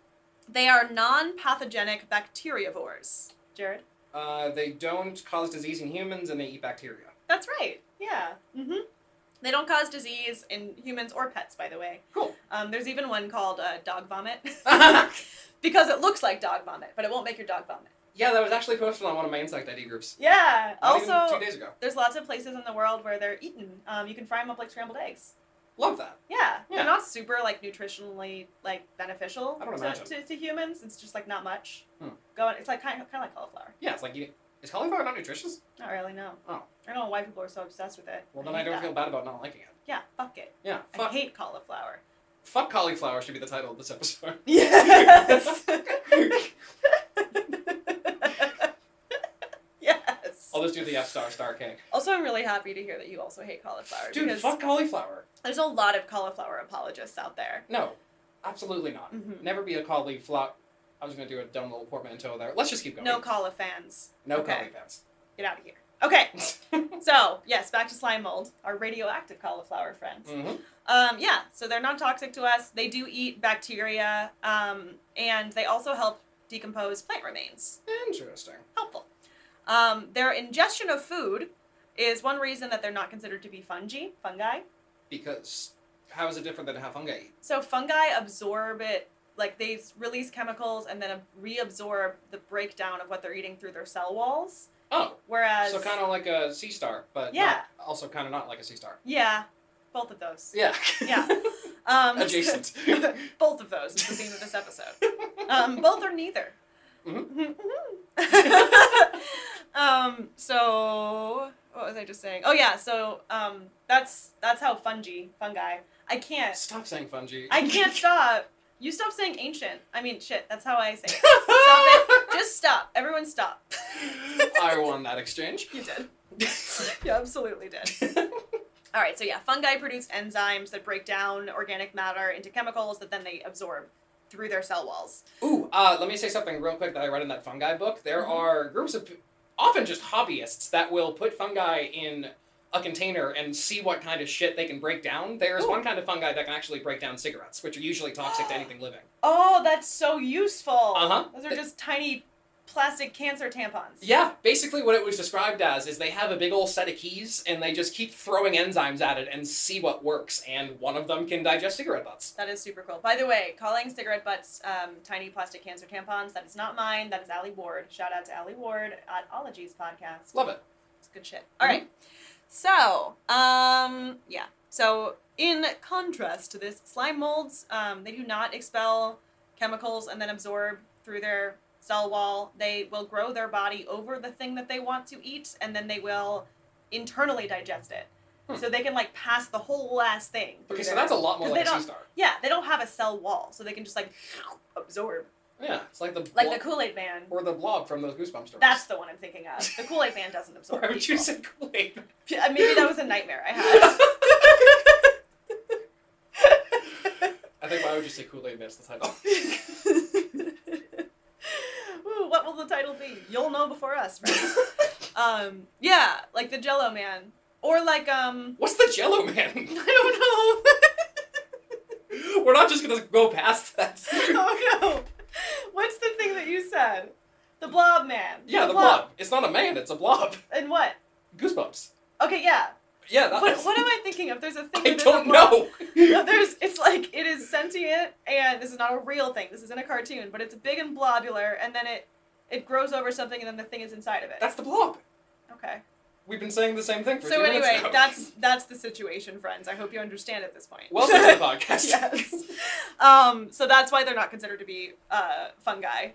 Speaker 1: they are non-pathogenic bacteriovores. Jared,
Speaker 2: Uh, they don't cause disease in humans, and they eat bacteria.
Speaker 1: that's right. Yeah.
Speaker 2: Mm-hmm.
Speaker 1: hmm They don't cause disease in humans or pets, by the way.
Speaker 2: Cool. Uh-huh.
Speaker 1: Um, there's even one called uh, dog vomit
Speaker 2: yeah,
Speaker 1: because it looks like dog vomit, but it won't make your dog vomit.
Speaker 2: that was actually posted on one of my insect ID groups.
Speaker 1: Yeah.
Speaker 2: Not even
Speaker 1: also,
Speaker 2: two days ago.
Speaker 1: there's lots of places in the world where they're eaten. Um, you can fry them up like scrambled eggs.
Speaker 2: Love that.
Speaker 1: Yeah,
Speaker 2: Yeah.
Speaker 1: they're not super like nutritionally like beneficial
Speaker 2: I don't
Speaker 1: to,
Speaker 2: imagine.
Speaker 1: to, to humans. It's just like not much.
Speaker 2: Hmm.
Speaker 1: Go on. It's like kind of, kind of like cauliflower.
Speaker 2: Yeah, it's like eating. Is cauliflower not nutritious?
Speaker 1: Not really. No.
Speaker 2: Oh.
Speaker 1: I don't know why people are so obsessed with it.
Speaker 2: Well, then
Speaker 1: hate
Speaker 2: I don't
Speaker 1: that.
Speaker 2: feel bad about not liking it.
Speaker 1: Yeah, fuck it.
Speaker 2: Yeah,
Speaker 1: I
Speaker 2: fuck,
Speaker 1: hate cauliflower.
Speaker 2: fuck cauliflower should be the title of this episode.
Speaker 1: Yes. yes.
Speaker 2: I'll just do the F star star K.
Speaker 1: Also, I'm really happy to hear that you also hate cauliflower
Speaker 2: Dude,
Speaker 1: because
Speaker 2: fuck cauliflower.
Speaker 1: there's a lot of cauliflower apologists out there.
Speaker 2: No, absolutely not.
Speaker 1: Mhm.
Speaker 2: Never be a cauliflower. I was gonna do a dumb little portmanteau there. Let's just keep going.
Speaker 1: No cauliflower fans.
Speaker 2: no
Speaker 1: okay.
Speaker 2: caulifans.
Speaker 1: Get out of here. Okay. So, yes, back to slime mold, our radioactive cauliflower friends.
Speaker 2: Mhm.
Speaker 1: Um, yeah, so they're not toxic to us. They do eat bacteria, um, and they also help decompose plant remains.
Speaker 2: Interesting.
Speaker 1: Helpful. Um, their ingestion of food is one reason that they're not considered to be fungi. Fungi.
Speaker 2: Because how is it different than how fungi eat?
Speaker 1: So fungi absorb it, like they s- release chemicals and then reabsorb the breakdown of what they're eating through their cell walls.
Speaker 2: Oh,
Speaker 1: Whereas,
Speaker 2: so kind of like a sea star, but
Speaker 1: Yeah.
Speaker 2: not- also kind of not like a sea star.
Speaker 1: yeah, both of those.
Speaker 2: Yeah.
Speaker 1: Yeah. Um,
Speaker 2: Adjacent.
Speaker 1: both of those is the theme of this episode. Um, both or neither. um, so what was I just saying? Oh yeah, so um, that's that's how fungi fungi. I can't
Speaker 2: Stop saying fungi.
Speaker 1: I can't stop. You stop saying ancient. I mean shit. That's how I say it. Stop it. Just stop. Everyone stop.
Speaker 2: I won that exchange.
Speaker 1: You did. You absolutely did. All right, so yeah, fungi produce enzymes that break down organic matter into chemicals that then they absorb through their cell walls.
Speaker 2: Ooh, uh, let me say something real quick that I read in that fungi book. There
Speaker 1: Mhm.
Speaker 2: are groups of p- often just hobbyists that will put fungi in a container and see what kind of shit they can break down. There's
Speaker 1: Ooh.
Speaker 2: one kind of fungi that can actually break down cigarettes, which are usually toxic to anything living.
Speaker 1: Oh, that's so useful.
Speaker 2: Uh-huh.
Speaker 1: Those are just tiny plastic cancer tampons.
Speaker 2: Yeah, basically what it was described as is they have a big old set of keys and they just keep throwing enzymes at it and see what works. And one of them can digest cigarette butts.
Speaker 1: That is super cool. By the way, calling cigarette butts um, tiny plastic cancer tampons, that is not mine. That is Allie Ward. Shout out to Allie Ward at Ologies Podcast.
Speaker 2: Love it.
Speaker 1: It's good shit. All right. So, um, yeah. So, in contrast to this, slime molds, um, they do not expel chemicals and then absorb through their cell wall. They will grow their body over the thing that they want to eat, and then they will internally digest it.
Speaker 2: Hmm.
Speaker 1: So they can like pass the whole last thing. through
Speaker 2: Okay, so
Speaker 1: their-
Speaker 2: that's a lot more
Speaker 1: 'Cause they
Speaker 2: like
Speaker 1: don't-
Speaker 2: Sea Star.
Speaker 1: yeah, they don't have a cell wall, so they can just like absorb.
Speaker 2: Yeah, it's like the
Speaker 1: Like
Speaker 2: blob-
Speaker 1: the Kool Aid Man.
Speaker 2: or the blob from those Goosebumps stories.
Speaker 1: That's the one I'm thinking of. The Kool Aid Man doesn't absorb.
Speaker 2: Why would you
Speaker 1: people.
Speaker 2: say Kool-Aid?
Speaker 1: Yeah, Maybe that was a nightmare I had.
Speaker 2: I think why would you say Kool-Aid that's the title.
Speaker 1: Ooh, what will the title be? You'll know before us, right? um, yeah, like the Jello Man, or like um,
Speaker 2: What's the Jello Man?
Speaker 1: I don't know.
Speaker 2: We're not just gonna go past that.
Speaker 1: oh no, what's the thing that you said? The Blob Man.
Speaker 2: yeah, the blob. It's not a man, it's a blob.
Speaker 1: And what?
Speaker 2: Goosebumps.
Speaker 1: Okay, yeah.
Speaker 2: Yeah, that
Speaker 1: What, what am I thinking of? There's a thing.
Speaker 2: I
Speaker 1: that is a
Speaker 2: don't
Speaker 1: blob.
Speaker 2: know.
Speaker 1: No, there's it's like it is sentient and this is not a real thing. This is in a cartoon, but it's big and blobular and then it it grows over something and then the thing is inside of it.
Speaker 2: That's the blob.
Speaker 1: okay.
Speaker 2: We've been saying the same thing for two
Speaker 1: So
Speaker 2: minutes
Speaker 1: anyway,
Speaker 2: now.
Speaker 1: that's that's the situation, friends. I hope you understand at this point.
Speaker 2: welcome to the podcast.
Speaker 1: yes. Um, so that's why they're not considered to be uh, fungi,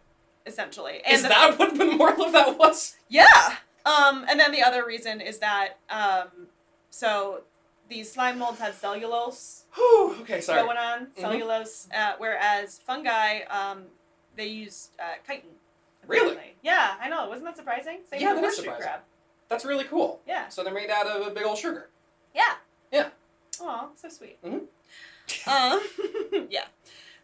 Speaker 1: essentially. And
Speaker 2: Is
Speaker 1: the-
Speaker 2: that what the moral of that was?
Speaker 1: Yeah. Um, and then the other reason is that um, so these slime molds have cellulose
Speaker 2: Whew, okay, sorry.
Speaker 1: going on,
Speaker 2: Mm-hmm.
Speaker 1: cellulose. Uh, whereas fungi, um, they use uh, chitin.
Speaker 2: Really?
Speaker 1: apparently. Yeah, I know. Wasn't that surprising? Same
Speaker 2: Yeah,
Speaker 1: with
Speaker 2: that is
Speaker 1: horseshoe
Speaker 2: surprising.
Speaker 1: crab.
Speaker 2: That's really cool.
Speaker 1: Yeah.
Speaker 2: So they're made out of a big old sugar.
Speaker 1: Yeah.
Speaker 2: Yeah.
Speaker 1: Aw, so sweet.
Speaker 2: Mhm.
Speaker 1: Um, yeah.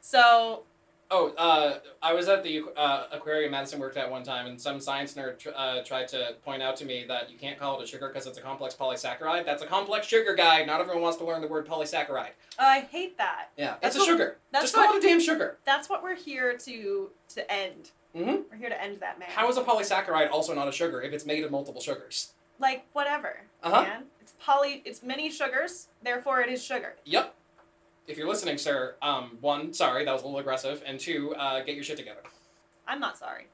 Speaker 1: So
Speaker 2: Oh, uh, I was at the uh, aquarium Madison worked at one time, and some science nerd tr- uh, tried to point out to me that you can't call it a sugar because it's a complex polysaccharide. That's a complex sugar, guy. Not everyone wants to learn the word polysaccharide.
Speaker 1: I hate that.
Speaker 2: Yeah,
Speaker 1: That's
Speaker 2: it's a
Speaker 1: what-
Speaker 2: sugar.
Speaker 1: that's
Speaker 2: Just call
Speaker 1: what-
Speaker 2: it a damn sugar.
Speaker 1: That's what we're here to to end.
Speaker 2: Mhm.
Speaker 1: We're here to end that man.
Speaker 2: How is a polysaccharide also not a sugar if it's made of multiple sugars?
Speaker 1: like whatever.
Speaker 2: Uh-huh.
Speaker 1: Man. It's poly. It's many sugars. Therefore, it is sugar.
Speaker 2: Yep. If you're listening, sir, um, one, sorry, that was a little aggressive, and two, uh, get your shit together.
Speaker 1: I'm not sorry.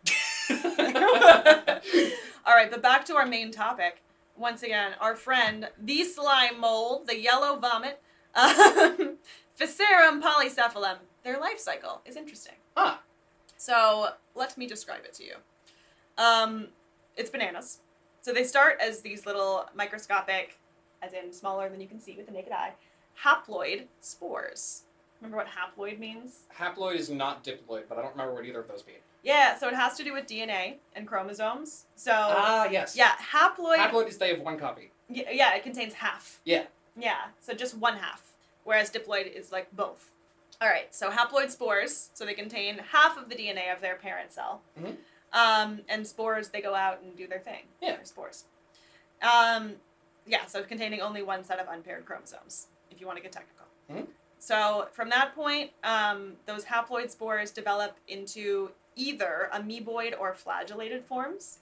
Speaker 1: All right, but back to our main topic. Once again, our friend, the slime mold, the yellow vomit, um, Ficerum polycephalum, their life cycle is interesting.
Speaker 2: Ah.
Speaker 1: So let me describe it to you. Um, it's bananas. So they start as these little microscopic, as in smaller than you can see with the naked eye, haploid spores. Remember what haploid means?
Speaker 2: Haploid is not diploid, but I don't remember what either of those mean.
Speaker 1: Yeah, so it has to do with DNA and chromosomes. So,
Speaker 2: Ah, yes.
Speaker 1: Oh. yeah, haploid
Speaker 2: Haploid is they have one copy.
Speaker 1: Y- Yeah, it contains half.
Speaker 2: Yeah.
Speaker 1: Yeah, so just one half, whereas diploid is like both. All right, so haploid spores, so they contain half of the DNA of their parent cell.
Speaker 2: Mhm.
Speaker 1: Um, and spores, they go out and do their thing.
Speaker 2: Yeah.
Speaker 1: They're spores. Um, yeah, so containing only one set of unpaired chromosomes, if you want to get technical.
Speaker 2: Mhm.
Speaker 1: So from that point, um, those haploid spores develop into either amoeboid or flagellated forms.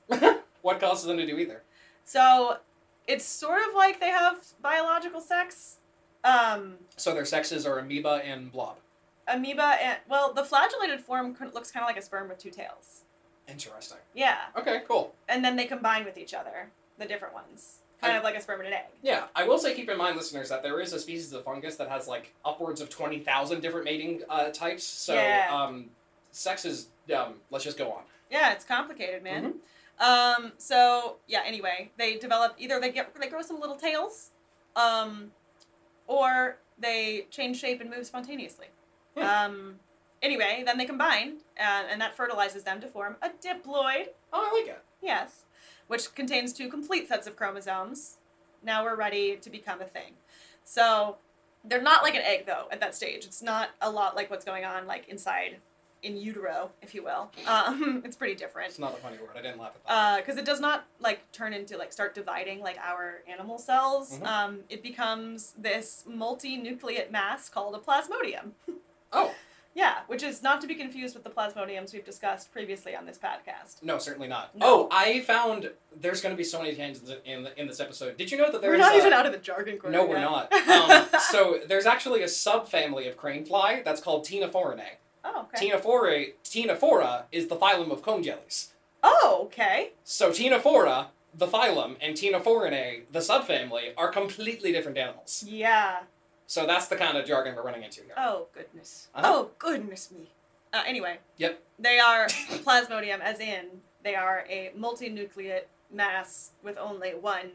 Speaker 2: What causes them to do either?
Speaker 1: So it's sort of like they have biological sex. Um,
Speaker 2: So their sexes are amoeba and blob.
Speaker 1: amoeba and well, the flagellated form kin- looks kind of like a sperm with two tails.
Speaker 2: Interesting.
Speaker 1: Yeah,
Speaker 2: Okay, cool.
Speaker 1: and then they combine with each other, the different ones, kind of like a sperm and an egg.
Speaker 2: Yeah, I will say keep in mind, listeners, that there is a species of fungus that has like upwards of 20,000 different mating uh, types. So
Speaker 1: Yeah.
Speaker 2: um, sex is, um, let's just go on.
Speaker 1: Yeah, it's complicated, man. Um, so yeah, anyway, they develop either they get they grow some little tails, um, or they change shape and move spontaneously.
Speaker 2: Hmm.
Speaker 1: Um, anyway, then they combine, uh, and that fertilizes them to form a diploid.
Speaker 2: Oh, I like it.
Speaker 1: Yes. Which contains two complete sets of chromosomes. Now we're ready to become a thing. So they're not like an egg though at that stage. It's not a lot like what's going on like inside in utero, if you will. Um, it's pretty different
Speaker 2: It's not a funny word. I didn't laugh at that.
Speaker 1: because it does not like turn into like start dividing like our animal cells.
Speaker 2: Mhm.
Speaker 1: Um, it becomes this multinucleate mass called a plasmodium.
Speaker 2: oh,
Speaker 1: Yeah, which is not to be confused with the plasmodiums we've discussed previously on this podcast.
Speaker 2: no, certainly not.
Speaker 1: No.
Speaker 2: Oh, I found there's going to be so many tangents in the, in this episode. Did you know that there's
Speaker 1: We're not
Speaker 2: a,
Speaker 1: even out of the jargon. corner
Speaker 2: No, we're
Speaker 1: yet.
Speaker 2: not. Um, so there's actually a subfamily of crane fly that's called Tenophorinae.
Speaker 1: oh, okay.
Speaker 2: Tenophora, Tenophora is the phylum of cone jellies.
Speaker 1: oh, okay.
Speaker 2: So Tenophora, the phylum, and Tenophorinae, the subfamily, are completely different animals.
Speaker 1: Yeah.
Speaker 2: So that's the kind of jargon we're running into here.
Speaker 1: Oh goodness.
Speaker 2: Uh-huh.
Speaker 1: Oh goodness me. Uh, anyway.
Speaker 2: Yep.
Speaker 1: They are plasmodium, as in they are a multinucleate mass with only one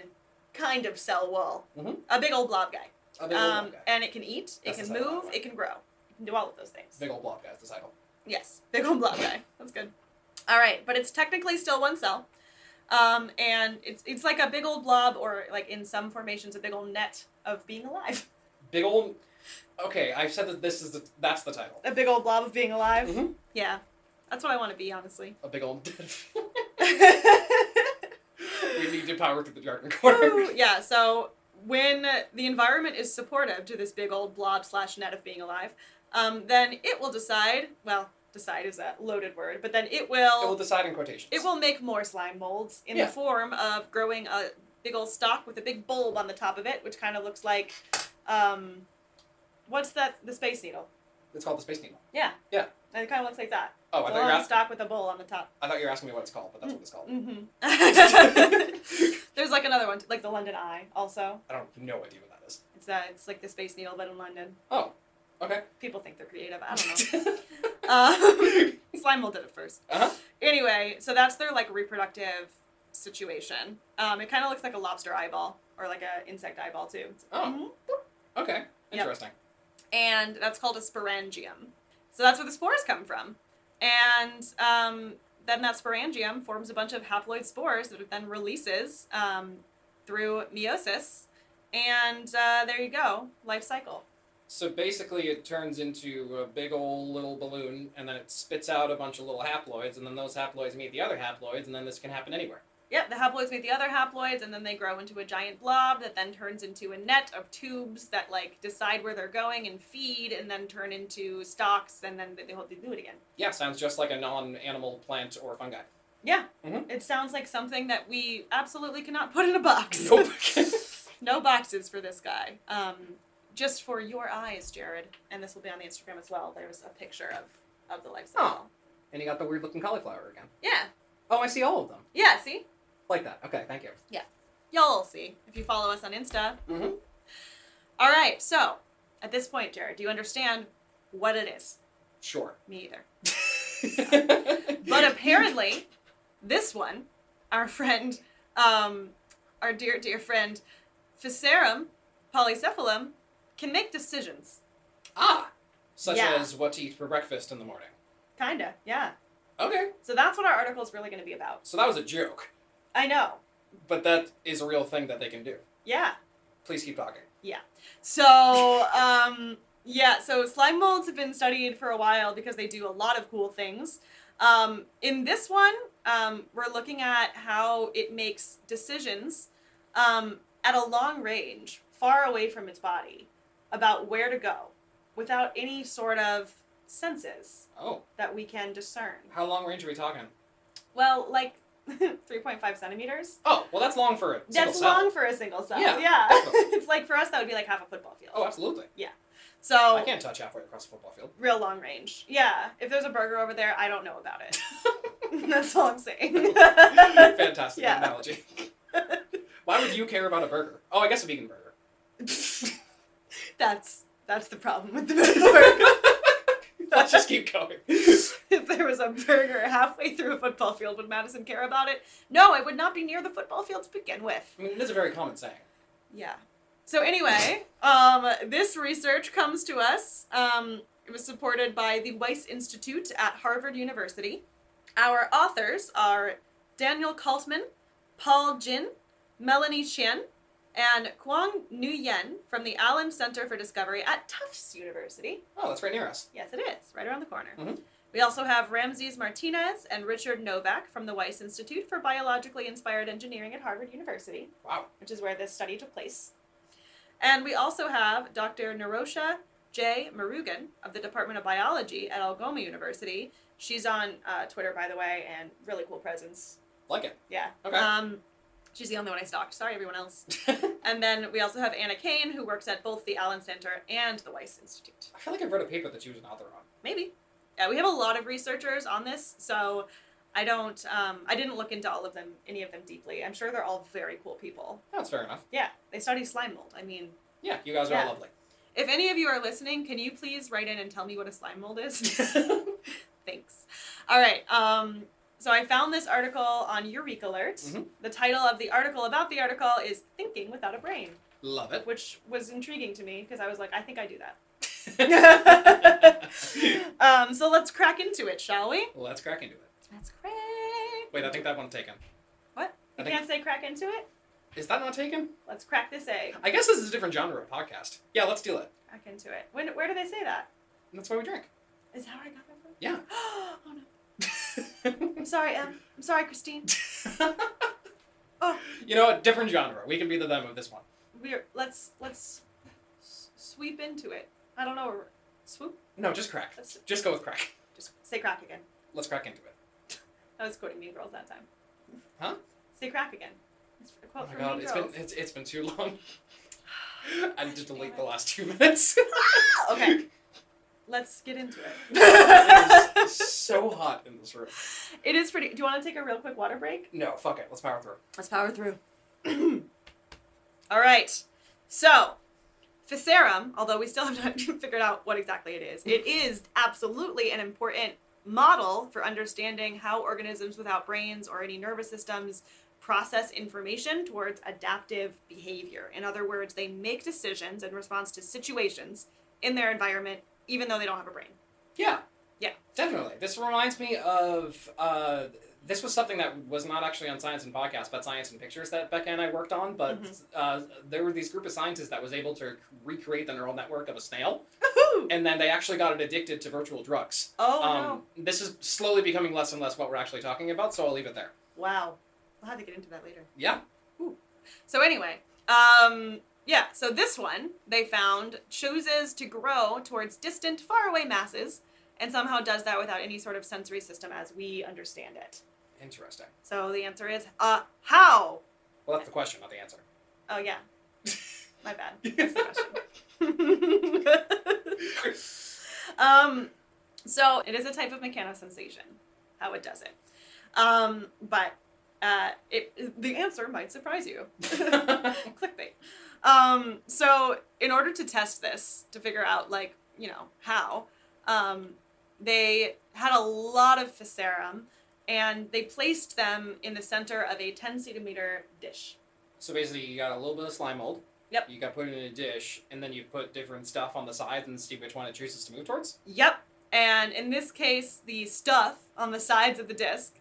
Speaker 1: kind of cell wall.
Speaker 2: Mhm.
Speaker 1: A big old blob guy.
Speaker 2: A big
Speaker 1: um,
Speaker 2: old blob guy.
Speaker 1: And it can eat.
Speaker 2: That's
Speaker 1: it
Speaker 2: the
Speaker 1: can
Speaker 2: side of the
Speaker 1: move.
Speaker 2: blob guy.
Speaker 1: It can grow. It can do all of those things.
Speaker 2: Big old blob guy is the title.
Speaker 1: Yes, big old blob guy. That's good. All right, but it's technically still one cell, um, and it's it's like a big old blob, or like in some formations, a big old net of being alive.
Speaker 2: Big old. Okay, I've said that this is the that's the title.
Speaker 1: A big old blob of being alive.
Speaker 2: Mhm.
Speaker 1: Yeah, that's what I want to be, honestly.
Speaker 2: A big old. we
Speaker 1: Ooh,
Speaker 2: need to power through the jargon corner.
Speaker 1: yeah. So when the environment is supportive to this big old blob slash net of being alive, um, then it will decide. Well, decide is a loaded word, but then it
Speaker 2: It will decide in quotations.
Speaker 1: It will make more slime molds in
Speaker 2: Yeah.
Speaker 1: the form of growing a big old stalk with a big bulb on the top of it, which kind of looks like, um, what's that? The space needle.
Speaker 2: It's called the space needle.
Speaker 1: Yeah.
Speaker 2: Yeah.
Speaker 1: And it kind of looks like that.
Speaker 2: Oh, I
Speaker 1: It's
Speaker 2: thought
Speaker 1: a
Speaker 2: you were
Speaker 1: long
Speaker 2: asking.
Speaker 1: stalk with a bowl on the top.
Speaker 2: I thought you were asking me what it's called, but that's what it's called.
Speaker 1: Mm-hmm. There's like another one, like the London Eye. Also,
Speaker 2: I don't have no idea what that is.
Speaker 1: it's that it's like the space needle, but in London.
Speaker 2: Oh, okay.
Speaker 1: People think they're creative. I don't know. um, slime mold did it first.
Speaker 2: uh huh.
Speaker 1: Anyway, so that's their like reproductive situation. Um, it kind of looks like a lobster eyeball or like a insect eyeball too. It's-
Speaker 2: Oh. Okay.
Speaker 1: Yep.
Speaker 2: Interesting.
Speaker 1: And that's called a sporangium. So that's where the spores come from. And um, then that sporangium forms a bunch of haploid spores that it then releases um, through meiosis. And uh, there you go, life cycle.
Speaker 2: So basically, it turns into a big old little balloon, and then it spits out a bunch of little haploids, and then those haploids meet the other haploids, and then this can happen anywhere.
Speaker 1: Yep, the haploids meet the other haploids, and then they grow into a giant blob that then turns into a net of tubes that like decide where they're going and feed, and then turn into stalks, and then they hope they do it again.
Speaker 2: Yeah, sounds just like a non-animal plant or fungi.
Speaker 1: Yeah,
Speaker 2: Mhm.
Speaker 1: it sounds like something that we absolutely cannot put in a box.
Speaker 2: Nope.
Speaker 1: no boxes for this guy. Um, just for your eyes, Jared, and this will be on the Instagram as well. There's a picture of of the life cycle.
Speaker 2: and you got the weird-looking cauliflower again.
Speaker 1: Yeah,
Speaker 2: Oh, I see all of them.
Speaker 1: yeah. See,
Speaker 2: Like that. Okay, thank you.
Speaker 1: y'all will see if you follow us on Insta.
Speaker 2: Mm-hmm.
Speaker 1: All right, so at this point, Jared, do you understand what it is?
Speaker 2: Sure.
Speaker 1: Me either. But
Speaker 2: but
Speaker 1: apparently, this one, our friend, um, our dear, dear friend, Ficerum polycephalum, can make decisions.
Speaker 2: ah, such
Speaker 1: Yeah.
Speaker 2: as what to eat for breakfast in the morning.
Speaker 1: Kinda, yeah.
Speaker 2: Okay,
Speaker 1: So that's what our article is really going to be about.
Speaker 2: so that was a joke,
Speaker 1: I know,
Speaker 2: but that is a real thing that they can do.
Speaker 1: yeah.
Speaker 2: Please keep talking.
Speaker 1: So, um, yeah, so slime molds have been studied for a while because they do a lot of cool things. Um, in this one, um, we're looking at how it makes decisions um, at a long range, far away from its body, about where to go without any sort of senses
Speaker 2: Oh,
Speaker 1: that we can discern.
Speaker 2: how long range are we talking?
Speaker 1: Well, like 3.5 centimeters.
Speaker 2: Oh, well, that's long for a single
Speaker 1: That's
Speaker 2: cell.
Speaker 1: long for a single cell.
Speaker 2: Yeah, definitely.
Speaker 1: it's like for us, that would be like half a football field.
Speaker 2: Oh, absolutely.
Speaker 1: So
Speaker 2: I can't touch halfway across a football field.
Speaker 1: real long range. Yeah, if there's a burger over there, I don't know about it. That's all I'm saying.
Speaker 2: Fantastic
Speaker 1: Yeah.
Speaker 2: analogy. Why would you care about a burger? Oh, I guess a vegan burger.
Speaker 1: that's that's the problem with the burger.
Speaker 2: Let's just keep going.
Speaker 1: if there was a burger halfway through a football field, would Madison care about it? No, I would not be near the football field to begin with.
Speaker 2: I mean, it is a very common saying.
Speaker 1: Yeah. So anyway, um, this research comes to us. Um, it was supported by the Weiss Institute at Harvard University. Our authors are Daniel Kaltman, Paul Jin, Melanie Chen, and Kwang Nguyen from the Allen Center for Discovery at Tufts University.
Speaker 2: Oh, that's right near us.
Speaker 1: Yes, it is, right around the corner.
Speaker 2: Mhm.
Speaker 1: We also have Ramses Martinez and Richard Novak from the Weiss Institute for Biologically Inspired Engineering at Harvard University,
Speaker 2: Wow.
Speaker 1: which is where this study took place. And we also have Dr. Narosha J. Murugan of the Department of Biology at Algoma University. She's on uh, Twitter, by the way, and really cool presence.
Speaker 2: Like it.
Speaker 1: Yeah.
Speaker 2: Okay.
Speaker 1: Um, she's the only one I stalked. Sorry, everyone else. And then we also have Anna Kane, who works at both the Allen Center and the Weiss Institute.
Speaker 2: I feel like I've read a paper that she was an author on.
Speaker 1: Maybe. Yeah, we have a lot of researchers on this, so I don't. Um, I didn't look into all of them, any of them deeply. I'm sure they're all very cool people.
Speaker 2: That's fair enough.
Speaker 1: Yeah, they study slime mold. I mean,
Speaker 2: Yeah, you guys are
Speaker 1: Yeah.
Speaker 2: all lovely.
Speaker 1: if any of you are listening, can you please write in and tell me what a slime mold is? Thanks. All right. Um, so I found this article on Eureka Alert.
Speaker 2: Mhm.
Speaker 1: The title of the article about the article is "Thinking Without a Brain."
Speaker 2: Love it.
Speaker 1: which was intriguing to me because I was like, I think I do that.
Speaker 2: Let's
Speaker 1: um, so let's crack into it, shall we?
Speaker 2: crack into it.
Speaker 1: Let's crack.
Speaker 2: Wait, I think that one's taken.
Speaker 1: What?
Speaker 2: I
Speaker 1: You
Speaker 2: think,
Speaker 1: can't say crack into it.
Speaker 2: is that not taken?
Speaker 1: Let's crack this egg.
Speaker 2: I guess this is a different genre of podcast. Yeah, let's do it.
Speaker 1: Crack into it. When? Where do they say that?
Speaker 2: That's why we drink.
Speaker 1: Is that where I got that from?
Speaker 2: Yeah.
Speaker 1: oh no. I'm sorry, Em. I'm sorry, Christine. Oh.
Speaker 2: You know what? Different genre. We can be the them of this one.
Speaker 1: We're let's let's s- sweep into it. I don't know. Swoop.
Speaker 2: No, just crack.
Speaker 1: Let's
Speaker 2: Just go with crack.
Speaker 1: just say crack again.
Speaker 2: Let's crack into it.
Speaker 1: I was quoting Mean Girls that time.
Speaker 2: Huh?
Speaker 1: Say crack again. It's a
Speaker 2: Oh
Speaker 1: quote
Speaker 2: my
Speaker 1: from
Speaker 2: god,
Speaker 1: Mean
Speaker 2: it's been
Speaker 1: Girls.
Speaker 2: it's, it's been too long. I need to
Speaker 1: Damn
Speaker 2: delete
Speaker 1: it.
Speaker 2: the last two minutes.
Speaker 1: okay. Let's get into
Speaker 2: It
Speaker 1: it.
Speaker 2: is so hot in this room.
Speaker 1: it is pretty. Do you want to take a real quick water break?
Speaker 2: No, fuck it. Let's power through.
Speaker 1: Let's power through. All right. So, Ficerum, although we still have not figured out what exactly it is, it is absolutely an important model for understanding how organisms without brains or any nervous systems process information towards adaptive behavior. In other words, they make decisions in response to situations in their environment, even though they don't have a brain.
Speaker 2: Yeah.
Speaker 1: Yeah.
Speaker 2: Definitely. This reminds me of uh, this was something that was not actually on Science and Podcast, but Science and Pictures that Becca and I worked on. But
Speaker 1: Mhm.
Speaker 2: uh, there were these group of scientists that was able to recreate the neural network of a snail,
Speaker 1: Woohoo!
Speaker 2: and then they actually got it addicted to virtual drugs.
Speaker 1: Oh, no.
Speaker 2: um, This is slowly becoming less and less what we're actually talking about, so I'll leave it there.
Speaker 1: Wow. We'll have to get into that later.
Speaker 2: Yeah.
Speaker 1: Ooh. So anyway, um, yeah, so this one they found chooses to grow towards distant, faraway masses and somehow does that without any sort of sensory system as we understand it.
Speaker 2: Interesting.
Speaker 1: So the answer is uh how?
Speaker 2: Well, that's the question, not the answer.
Speaker 1: Oh yeah. My bad. That's the question. um, so it is a type of mechanosensation. How it does it. Um, but uh, it the answer might surprise you. clickbait. Um, so in order to test this, to figure out like you know how, um, they had a lot of ficerum, and they placed them in the center of a 10 centimeter dish.
Speaker 2: so basically, you got a little bit of slime mold.
Speaker 1: Yep.
Speaker 2: You got put it in a dish, and then you put different stuff on the sides and see which one it chooses to move towards.
Speaker 1: Yep. And in this case, the stuff on the sides of the disc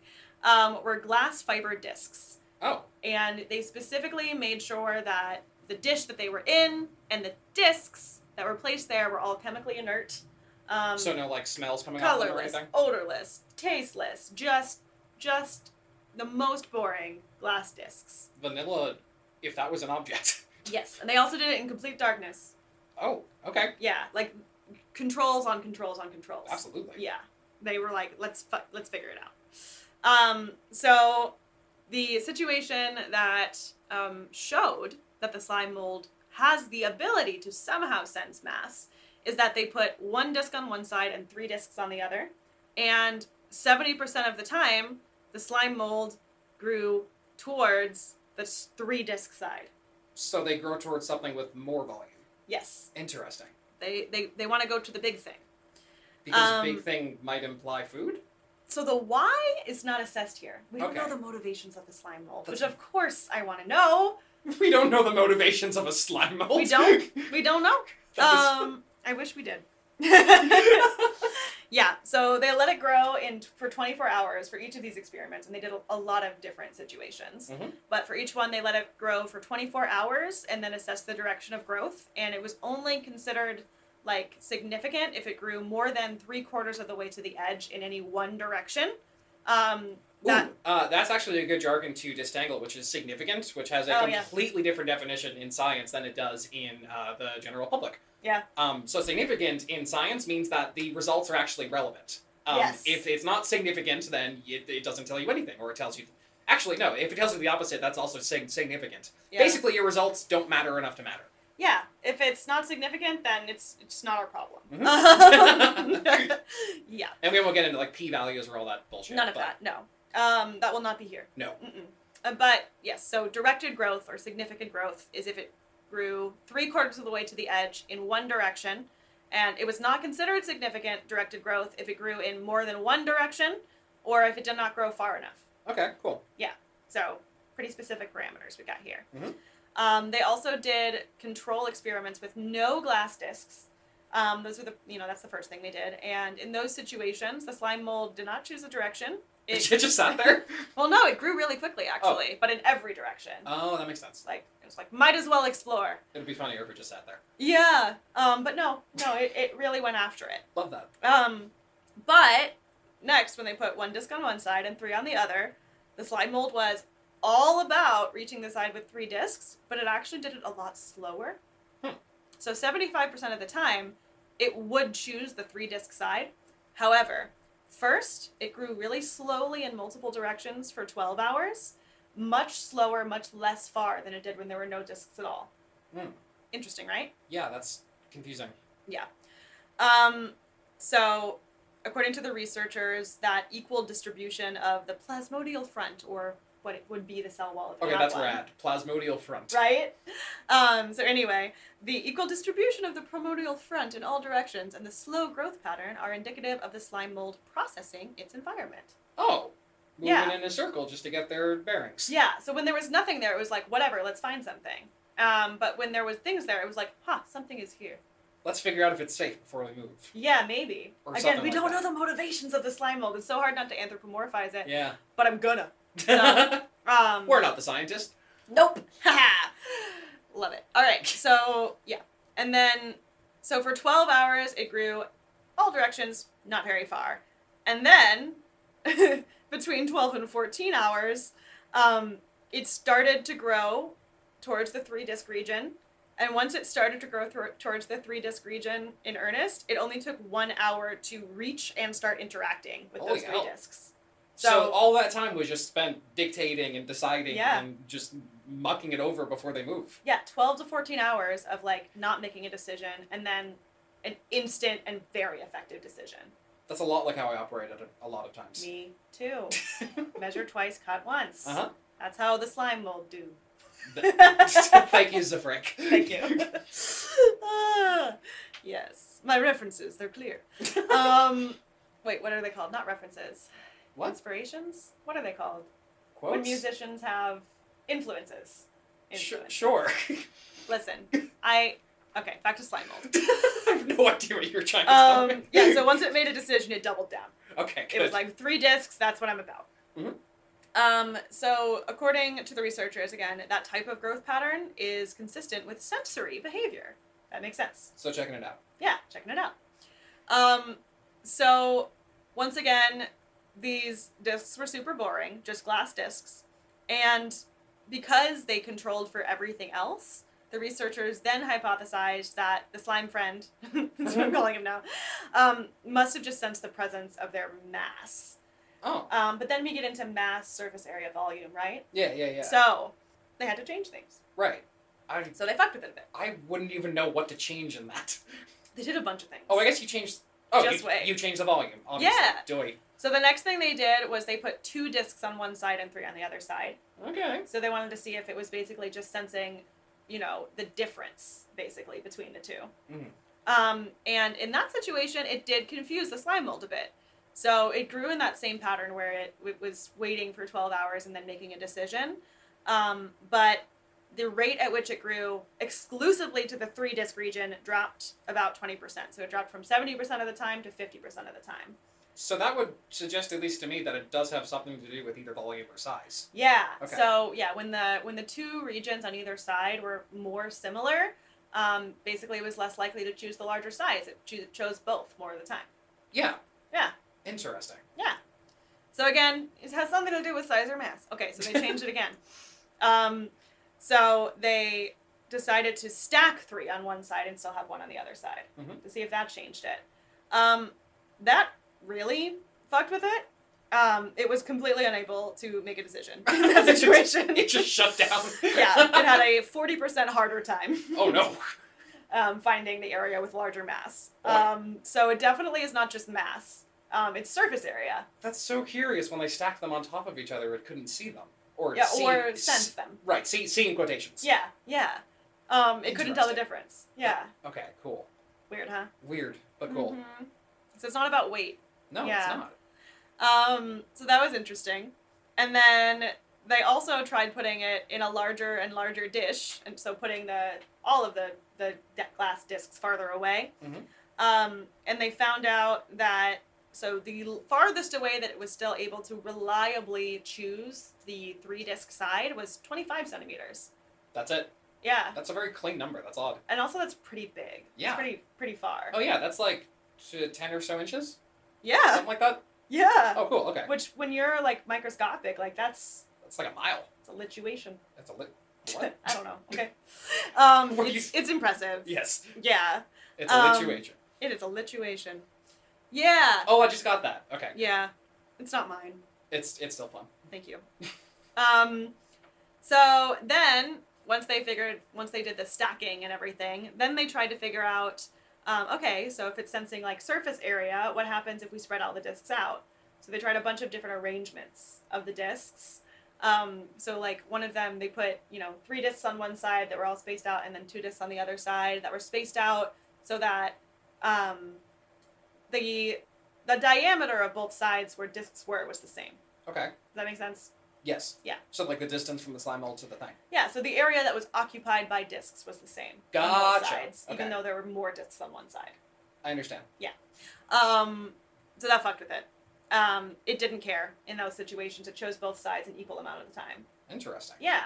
Speaker 1: um, were glass fiber discs.
Speaker 2: Oh.
Speaker 1: And they specifically made sure that the dish that they were in and the discs that were placed there were all chemically inert. Um,
Speaker 2: so no like smells coming out of them or
Speaker 1: colorless,
Speaker 2: anything.
Speaker 1: odorless, tasteless, just just the most boring glass discs.
Speaker 2: Vanilla, if that was an object.
Speaker 1: Yes, and they also did it in complete darkness.
Speaker 2: oh, okay,
Speaker 1: Yeah, like controls on controls on controls.
Speaker 2: absolutely.
Speaker 1: Yeah, they were like, let's fu- let's figure it out. Um, so the situation that um, showed that the slime mold has the ability to somehow sense mass is that they put one disc on one side and three discs on the other, and seventy percent of the time, the slime mold grew towards the s- three disc side.
Speaker 2: So they grow towards something with more volume.
Speaker 1: Yes,
Speaker 2: Interesting,
Speaker 1: they they they want to go to the big thing.
Speaker 2: because
Speaker 1: Um,
Speaker 2: big thing might imply food.
Speaker 1: So the why is not assessed here. We don't
Speaker 2: Okay.
Speaker 1: know the motivations of the slime mold,
Speaker 2: That's-
Speaker 1: which of course I want to know.
Speaker 2: We don't know the motivations of a slime mold.
Speaker 1: Um, We don't. We don't know.
Speaker 2: That was-
Speaker 1: Um, I wish we did. Yeah, so they let it grow in for 24 hours for each of these experiments, and they did a, a lot of different situations.
Speaker 2: Mhm.
Speaker 1: But for each one, they let it grow for 24 hours and then assessed the direction of growth. And it was only considered like significant if it grew more than three quarters of the way to the edge in any one direction. Um, that
Speaker 2: Ooh, uh, that's actually a good jargon to distangle, which is significant, which has a
Speaker 1: Oh, yeah.
Speaker 2: completely different definition in science than it does in uh, the general public.
Speaker 1: Yeah.
Speaker 2: Um, so significant in science means that the results are actually relevant. Um,
Speaker 1: Yes.
Speaker 2: If it's not significant, then it, it doesn't tell you anything, or it tells you. Actually, no. If it tells you the opposite, that's also sig- significant.
Speaker 1: yeah.
Speaker 2: Basically, your results don't matter enough to matter.
Speaker 1: Yeah, if it's not significant, then it's it's not our problem.
Speaker 2: Mhm.
Speaker 1: yeah,
Speaker 2: And we won't get into like p values or all that bullshit.
Speaker 1: none of
Speaker 2: but-
Speaker 1: that. No, um, that will not be here.
Speaker 2: No.
Speaker 1: Mm-mm. Uh, but yes, so directed growth or significant growth is if it grew three quarters of the way to the edge in one direction, and it was not considered significant directed growth if it grew in more than one direction, or if it did not grow far enough.
Speaker 2: Okay. Cool.
Speaker 1: So, pretty specific parameters we got here.
Speaker 2: Mhm.
Speaker 1: Um, they also did control experiments with no glass discs. Um, those were the, you know, that's the first thing they did. And in those situations, the slime mold did not choose a direction.
Speaker 2: It,
Speaker 1: It,
Speaker 2: just sat there.
Speaker 1: well, no, it grew really quickly, actually, but in every direction.
Speaker 2: Oh, that makes sense.
Speaker 1: It's like, it was like, might as well explore.
Speaker 2: It'd be funnier if it just sat there.
Speaker 1: Yeah. Um, but no, no, it, it really went after it.
Speaker 2: Love that.
Speaker 1: Um, but next, when they put one disc on one side and three on the other, the slide mold was all about reaching the side with three discs, but it actually did it a lot slower.
Speaker 2: Hmm.
Speaker 1: So 75% of the time, it would choose the three disc side. However, first, it grew really slowly in multiple directions for 12 hours, much slower, much less far than it did when there were no discs at all.
Speaker 2: Hmm.
Speaker 1: Interesting, right?
Speaker 2: Yeah, that's confusing.
Speaker 1: Um, so, according to the researchers, that equal distribution of the plasmodial front, or what it would be the cell wall if it
Speaker 2: Okay,
Speaker 1: had
Speaker 2: that's
Speaker 1: one,
Speaker 2: rad. Plasmodial front.
Speaker 1: Right? Um, so, anyway, the equal distribution of the primordial front in all directions and the slow growth pattern are indicative of the slime mold processing its environment.
Speaker 2: Oh, moving
Speaker 1: Yeah.
Speaker 2: in a circle just to get their bearings.
Speaker 1: Yeah, so when there was nothing there, it was like, whatever, let's find something. Um, but when there was things there, it was like, huh, something is here.
Speaker 2: Let's figure out if it's safe before we move.
Speaker 1: Yeah, maybe.
Speaker 2: Or
Speaker 1: Again,
Speaker 2: something
Speaker 1: we
Speaker 2: like
Speaker 1: don't
Speaker 2: that.
Speaker 1: know the motivations of the slime mold. It's so hard not to anthropomorphize it.
Speaker 2: Yeah.
Speaker 1: but I'm gonna. So- Um,
Speaker 2: We're not the scientists.
Speaker 1: Nope. Haha. Love it. All right. So yeah, and then so for 12 hours it grew all directions, not very far, and then between 12 and 14 hours, um, it started to grow towards the three disc region. And once it started to grow thro- towards the three disc region in earnest, it only took one hour to reach and start interacting with
Speaker 2: Holy
Speaker 1: those three
Speaker 2: hell.
Speaker 1: discs.
Speaker 2: So,
Speaker 1: So-
Speaker 2: all that time was just spent dictating and deciding
Speaker 1: Yeah.
Speaker 2: and just mucking it over before they move.
Speaker 1: Yeah, 12 to 14 hours of like not making a decision and then an instant and very effective decision.
Speaker 2: That's a lot like how I operated a, a lot of times.
Speaker 1: Me too. Measure twice, cut once.
Speaker 2: Uh huh.
Speaker 1: That's how the slime mold do.
Speaker 2: Thank you, Zafrick.
Speaker 1: Thank you. Ah, yes. My references, they're clear. Um wait, what are they called? Not references.
Speaker 2: What?
Speaker 1: Inspirations? What are they called?
Speaker 2: Quotes?
Speaker 1: When musicians have influences.
Speaker 2: Sh-
Speaker 1: Influence.
Speaker 2: sure.
Speaker 1: Listen, I okay, back to slime mold.
Speaker 2: I have no idea what you were trying to tell
Speaker 1: Um,
Speaker 2: me.
Speaker 1: yeah, so once it made a decision, it doubled down.
Speaker 2: Okay,
Speaker 1: It was
Speaker 2: good.
Speaker 1: like three discs. That's what I'm about.
Speaker 2: Mhm.
Speaker 1: Um, so, according to the researchers, again, that type of growth pattern is consistent with sensory behavior. That makes sense.
Speaker 2: So checking it out.
Speaker 1: Yeah, checking it out. Um, so, once again, these discs were super boring, just glass discs. And because they controlled for everything else, the researchers then hypothesized that the slime friend, that's what I'm calling him now, um, must have just sensed the presence of their mass.
Speaker 2: Oh,
Speaker 1: Um, but then we get into mass, surface area, volume, right?
Speaker 2: yeah, yeah, yeah.
Speaker 1: So they had to change things.
Speaker 2: right. I
Speaker 1: So they fucked with it a bit.
Speaker 2: I wouldn't even know what to change in that.
Speaker 1: They did a bunch of things.
Speaker 2: Oh, I guess you changed. Oh,
Speaker 1: Just
Speaker 2: you,
Speaker 1: wait.
Speaker 2: you changed the volume. Obviously.
Speaker 1: Yeah.
Speaker 2: Doy.
Speaker 1: So the next thing they did was they put two discs on one side and three on the other side.
Speaker 2: Okay.
Speaker 1: So they wanted to see if it was basically just sensing, you know, the difference basically between the 2
Speaker 2: Mhm.
Speaker 1: Um, and in that situation, it did confuse the slime mold a bit. So it grew in that same pattern where it, it was waiting for 12 hours and then making a decision. Um, but the rate at which it grew exclusively to the three disc region dropped about 20%. So it dropped from 70% of the time to 50% of the time.
Speaker 2: So that would suggest, at least to me, that it does have something to do with either volume or size.
Speaker 1: Yeah.
Speaker 2: Okay.
Speaker 1: So yeah, when the when the two regions on either side were more similar, um, basically it was less likely to choose the larger size. It choo- chose both more of the time.
Speaker 2: Yeah.
Speaker 1: Yeah.
Speaker 2: Interesting.
Speaker 1: So again, it has something to do with size or mass. Okay, so they changed it again. Um, so they decided to stack three on one side and still have one on the other side
Speaker 2: Mhm.
Speaker 1: to see if that changed it. Um, that really fucked with it. Um, it was completely unable to make a decision in that situation.
Speaker 2: It just shut down.
Speaker 1: yeah, it had a 40% harder time
Speaker 2: oh no.
Speaker 1: um, finding the area with larger mass.
Speaker 2: Boy.
Speaker 1: Um, so it definitely is not just mass, um, it's surface area.
Speaker 2: That's so curious. When they stacked them on top of each other, it couldn't see them. Or
Speaker 1: Yeah,
Speaker 2: see,
Speaker 1: or
Speaker 2: s-
Speaker 1: sense them.
Speaker 2: Right. See, see in quotations.
Speaker 1: Yeah, yeah. Um, it couldn't tell the
Speaker 2: Interesting.
Speaker 1: difference. Yeah.
Speaker 2: Okay. Cool.
Speaker 1: Weird, huh?
Speaker 2: Weird, but cool.
Speaker 1: Mhm. So it's not about weight.
Speaker 2: No,
Speaker 1: Yeah.
Speaker 2: it's not.
Speaker 1: Um, so that was interesting. And then they also tried putting it in a larger and larger dish, and so putting the all of the the de- glass discs farther away.
Speaker 2: Mhm.
Speaker 1: Um, and they found out that so the l- farthest away that it was still able to reliably choose the three disc side was 25 centimeters.
Speaker 2: That's it.
Speaker 1: Yeah.
Speaker 2: That's a very clean number. That's odd.
Speaker 1: And also, that's pretty big.
Speaker 2: Yeah.
Speaker 1: It's pretty pretty far.
Speaker 2: Oh yeah, that's like t- ten or so inches,
Speaker 1: yeah.
Speaker 2: something like that.
Speaker 1: Yeah.
Speaker 2: Oh cool. Okay.
Speaker 1: Which, when you're like microscopic, like that's
Speaker 2: That's like a mile.
Speaker 1: it's a lituation.
Speaker 2: That's a lit. What?
Speaker 1: I don't know. Okay. Um,
Speaker 2: What do
Speaker 1: it's, it's impressive.
Speaker 2: yes.
Speaker 1: Yeah.
Speaker 2: It's a
Speaker 1: Um,
Speaker 2: lituation.
Speaker 1: It is a lituation. Yeah.
Speaker 2: Oh, I just got that. Okay.
Speaker 1: Yeah. It's not mine.
Speaker 2: It's it's still fun.
Speaker 1: Thank you. um, so then, once they figured, once they did the stacking and everything, then they tried to figure out, um, okay, so if it's sensing like surface area, what happens if we spread all the discs out? So they tried a bunch of different arrangements of the discs. Um, so like one of them, they put you know three discs on one side that were all spaced out, and then two discs on the other side that were spaced out, so that um, the the diameter of both sides where discs were was the same.
Speaker 2: Okay.
Speaker 1: Does that make sense?
Speaker 2: Yes.
Speaker 1: Yeah.
Speaker 2: So like the distance from the slime mold to the thing.
Speaker 1: Yeah, so the area that was occupied by discs was the same. on both
Speaker 2: Gotcha.
Speaker 1: sides,
Speaker 2: Okay.
Speaker 1: Even though there were more discs on one side.
Speaker 2: I understand.
Speaker 1: Um, so that fucked with it. Um, it didn't care in those situations. It chose both sides an equal amount of the time.
Speaker 2: Interesting.
Speaker 1: Yeah.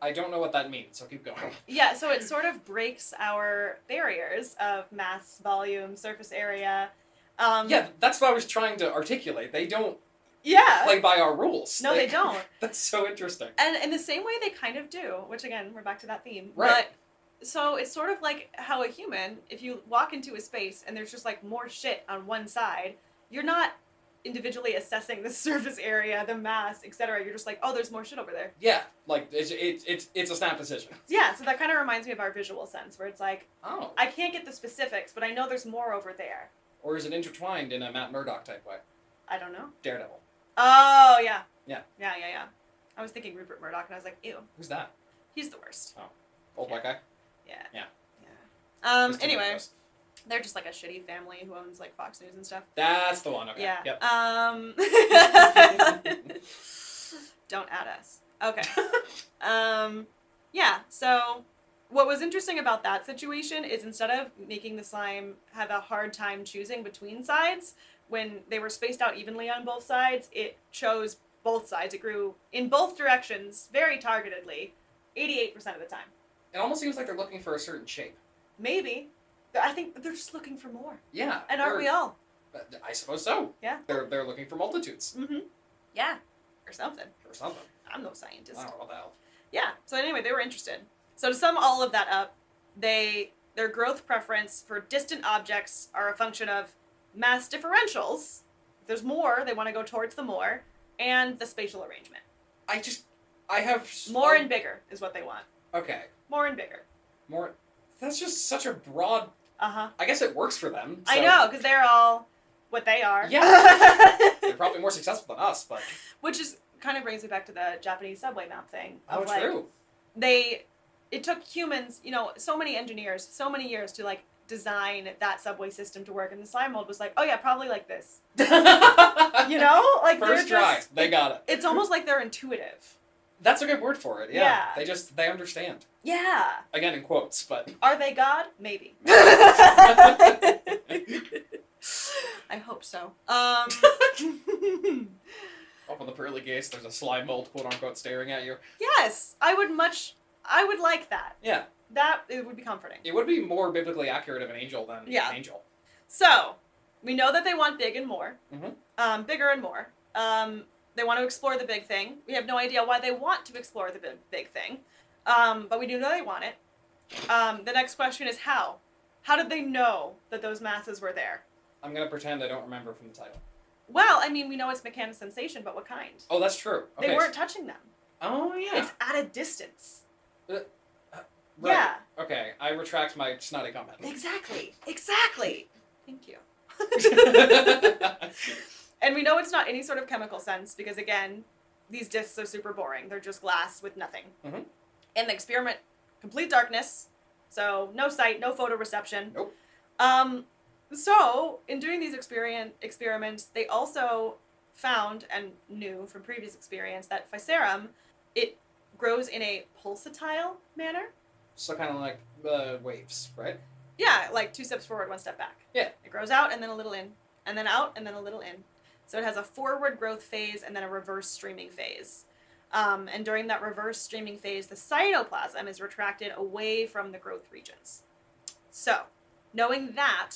Speaker 2: I don't know what that means, so keep going.
Speaker 1: Yeah, so it sort of breaks our barriers of mass, volume, surface area. Um,
Speaker 2: yeah, that's what I was trying to articulate. They don't
Speaker 1: Yeah.
Speaker 2: play by our rules.
Speaker 1: Uh, no, they don't.
Speaker 2: That's so interesting.
Speaker 1: And in the same way they kind of do, which again, we're back to that theme.
Speaker 2: Right.
Speaker 1: But so it's sort of like how a human, if you walk into a space and there's just like more shit on one side, you're not individually assessing the surface area, the mass, etc. You're just like, oh, there's more shit over there.
Speaker 2: Yeah, like it's it's it's, it's a snap decision.
Speaker 1: Yeah, so that kind of reminds me of our visual sense where it's like,
Speaker 2: Oh.
Speaker 1: I can't get the specifics, but I know there's more over there.
Speaker 2: Or is it intertwined in a Matt Murdock type way?
Speaker 1: I don't know.
Speaker 2: Daredevil.
Speaker 1: Oh, yeah.
Speaker 2: Yeah.
Speaker 1: Yeah, yeah, yeah. I was thinking Rupert Murdoch and I was like, ew,
Speaker 2: Who's that?
Speaker 1: he's the worst.
Speaker 2: Old black guy.
Speaker 1: Yeah.
Speaker 2: Yeah.
Speaker 1: Yeah. Um,
Speaker 2: Who's doing
Speaker 1: anyway.
Speaker 2: this?
Speaker 1: They're just like a shitty family who owns like Fox News and stuff.
Speaker 2: That's the one. Okay.
Speaker 1: Yeah.
Speaker 2: Yep.
Speaker 1: Um, don't add us. Okay. Um, yeah. So, what was interesting about that situation is instead of making the slime have a hard time choosing between sides, when they were spaced out evenly on both sides, it chose both sides. It grew in both directions very targetedly, 88% of the time.
Speaker 2: It almost seems like they're looking for a certain shape.
Speaker 1: Maybe. I think they're just looking for more.
Speaker 2: Yeah.
Speaker 1: And aren't
Speaker 2: or-
Speaker 1: we all?
Speaker 2: uh, I suppose so.
Speaker 1: Yeah.
Speaker 2: They're they're looking for multitudes
Speaker 1: Mm-hmm. Yeah. Or something.
Speaker 2: or something.
Speaker 1: I'm no scientist.
Speaker 2: I don't know what the hell.
Speaker 1: Yeah. So anyway, they were interested. So to sum all of that up, they their growth preference for distant objects are a function of mass differentials. If there's more, they want to go towards the more, and the spatial arrangement.
Speaker 2: I just I have so-
Speaker 1: More and bigger is what they want.
Speaker 2: okay
Speaker 1: More and bigger.
Speaker 2: more. That's just such a broad.
Speaker 1: Uh huh.
Speaker 2: I guess it works for them.
Speaker 1: I
Speaker 2: Uh-huh. so
Speaker 1: know, because they're all what they are.
Speaker 2: Yeah. They're probably more successful than us, but
Speaker 1: Which is kind of brings me back to the Japanese subway map thing.
Speaker 2: oh,
Speaker 1: of, like,
Speaker 2: true.
Speaker 1: they it took humans you know so many engineers so many years to like design that subway system to work and the slime mold was like oh yeah probably like this you know like
Speaker 2: first
Speaker 1: they're
Speaker 2: try,
Speaker 1: just
Speaker 2: they got it.
Speaker 1: it's almost like they're intuitive
Speaker 2: That's a good word for it. Yeah.
Speaker 1: Yeah.
Speaker 2: They just they understand.
Speaker 1: Yeah.
Speaker 2: Again in quotes, but
Speaker 1: Are they God? Maybe. I hope so. Um,
Speaker 2: up on the pearly gates there's a slime mold quote unquote staring at you.
Speaker 1: yes, I would much. I would like that.
Speaker 2: Yeah.
Speaker 1: That it would be comforting.
Speaker 2: It would be more biblically accurate of an angel than
Speaker 1: Yeah.
Speaker 2: an angel.
Speaker 1: So we know that they want big and more,
Speaker 2: Mhm.
Speaker 1: um, bigger and more. Um, they want to explore the big thing. We have no idea why they want to explore the big big thing, um, but we do know they want it. Um, the next question is how. How did they know that those masses were there?
Speaker 2: I'm gonna pretend I don't remember from the title.
Speaker 1: Well, I mean, we know it's mechanical sensation, but what kind?
Speaker 2: Oh, that's true. Okay.
Speaker 1: They weren't touching them.
Speaker 2: Oh yeah.
Speaker 1: It's at a distance.
Speaker 2: Right.
Speaker 1: Yeah,
Speaker 2: Okay, I retract my snotty comment.
Speaker 1: exactly, exactly. Thank you.
Speaker 2: yeah,
Speaker 1: And we know it's not any sort of chemical sense because, again, these discs are super boring. They're just glass with nothing.
Speaker 2: Mhm.
Speaker 1: And the experiment, complete darkness. So, no sight, no photoreception.
Speaker 2: Nope.
Speaker 1: Um, so, in doing these experien experiments, they also found and knew from previous experience that physerum, it grows in a pulsatile manner.
Speaker 2: so kind of like uh, waves, right?
Speaker 1: Yeah, like two steps forward, one step back.
Speaker 2: Yeah.
Speaker 1: It grows out and then a little in, and then out and then a little in. So it has a forward growth phase and then a reverse streaming phase. Um, and during that reverse streaming phase, the cytoplasm is retracted away from the growth regions. So, knowing that,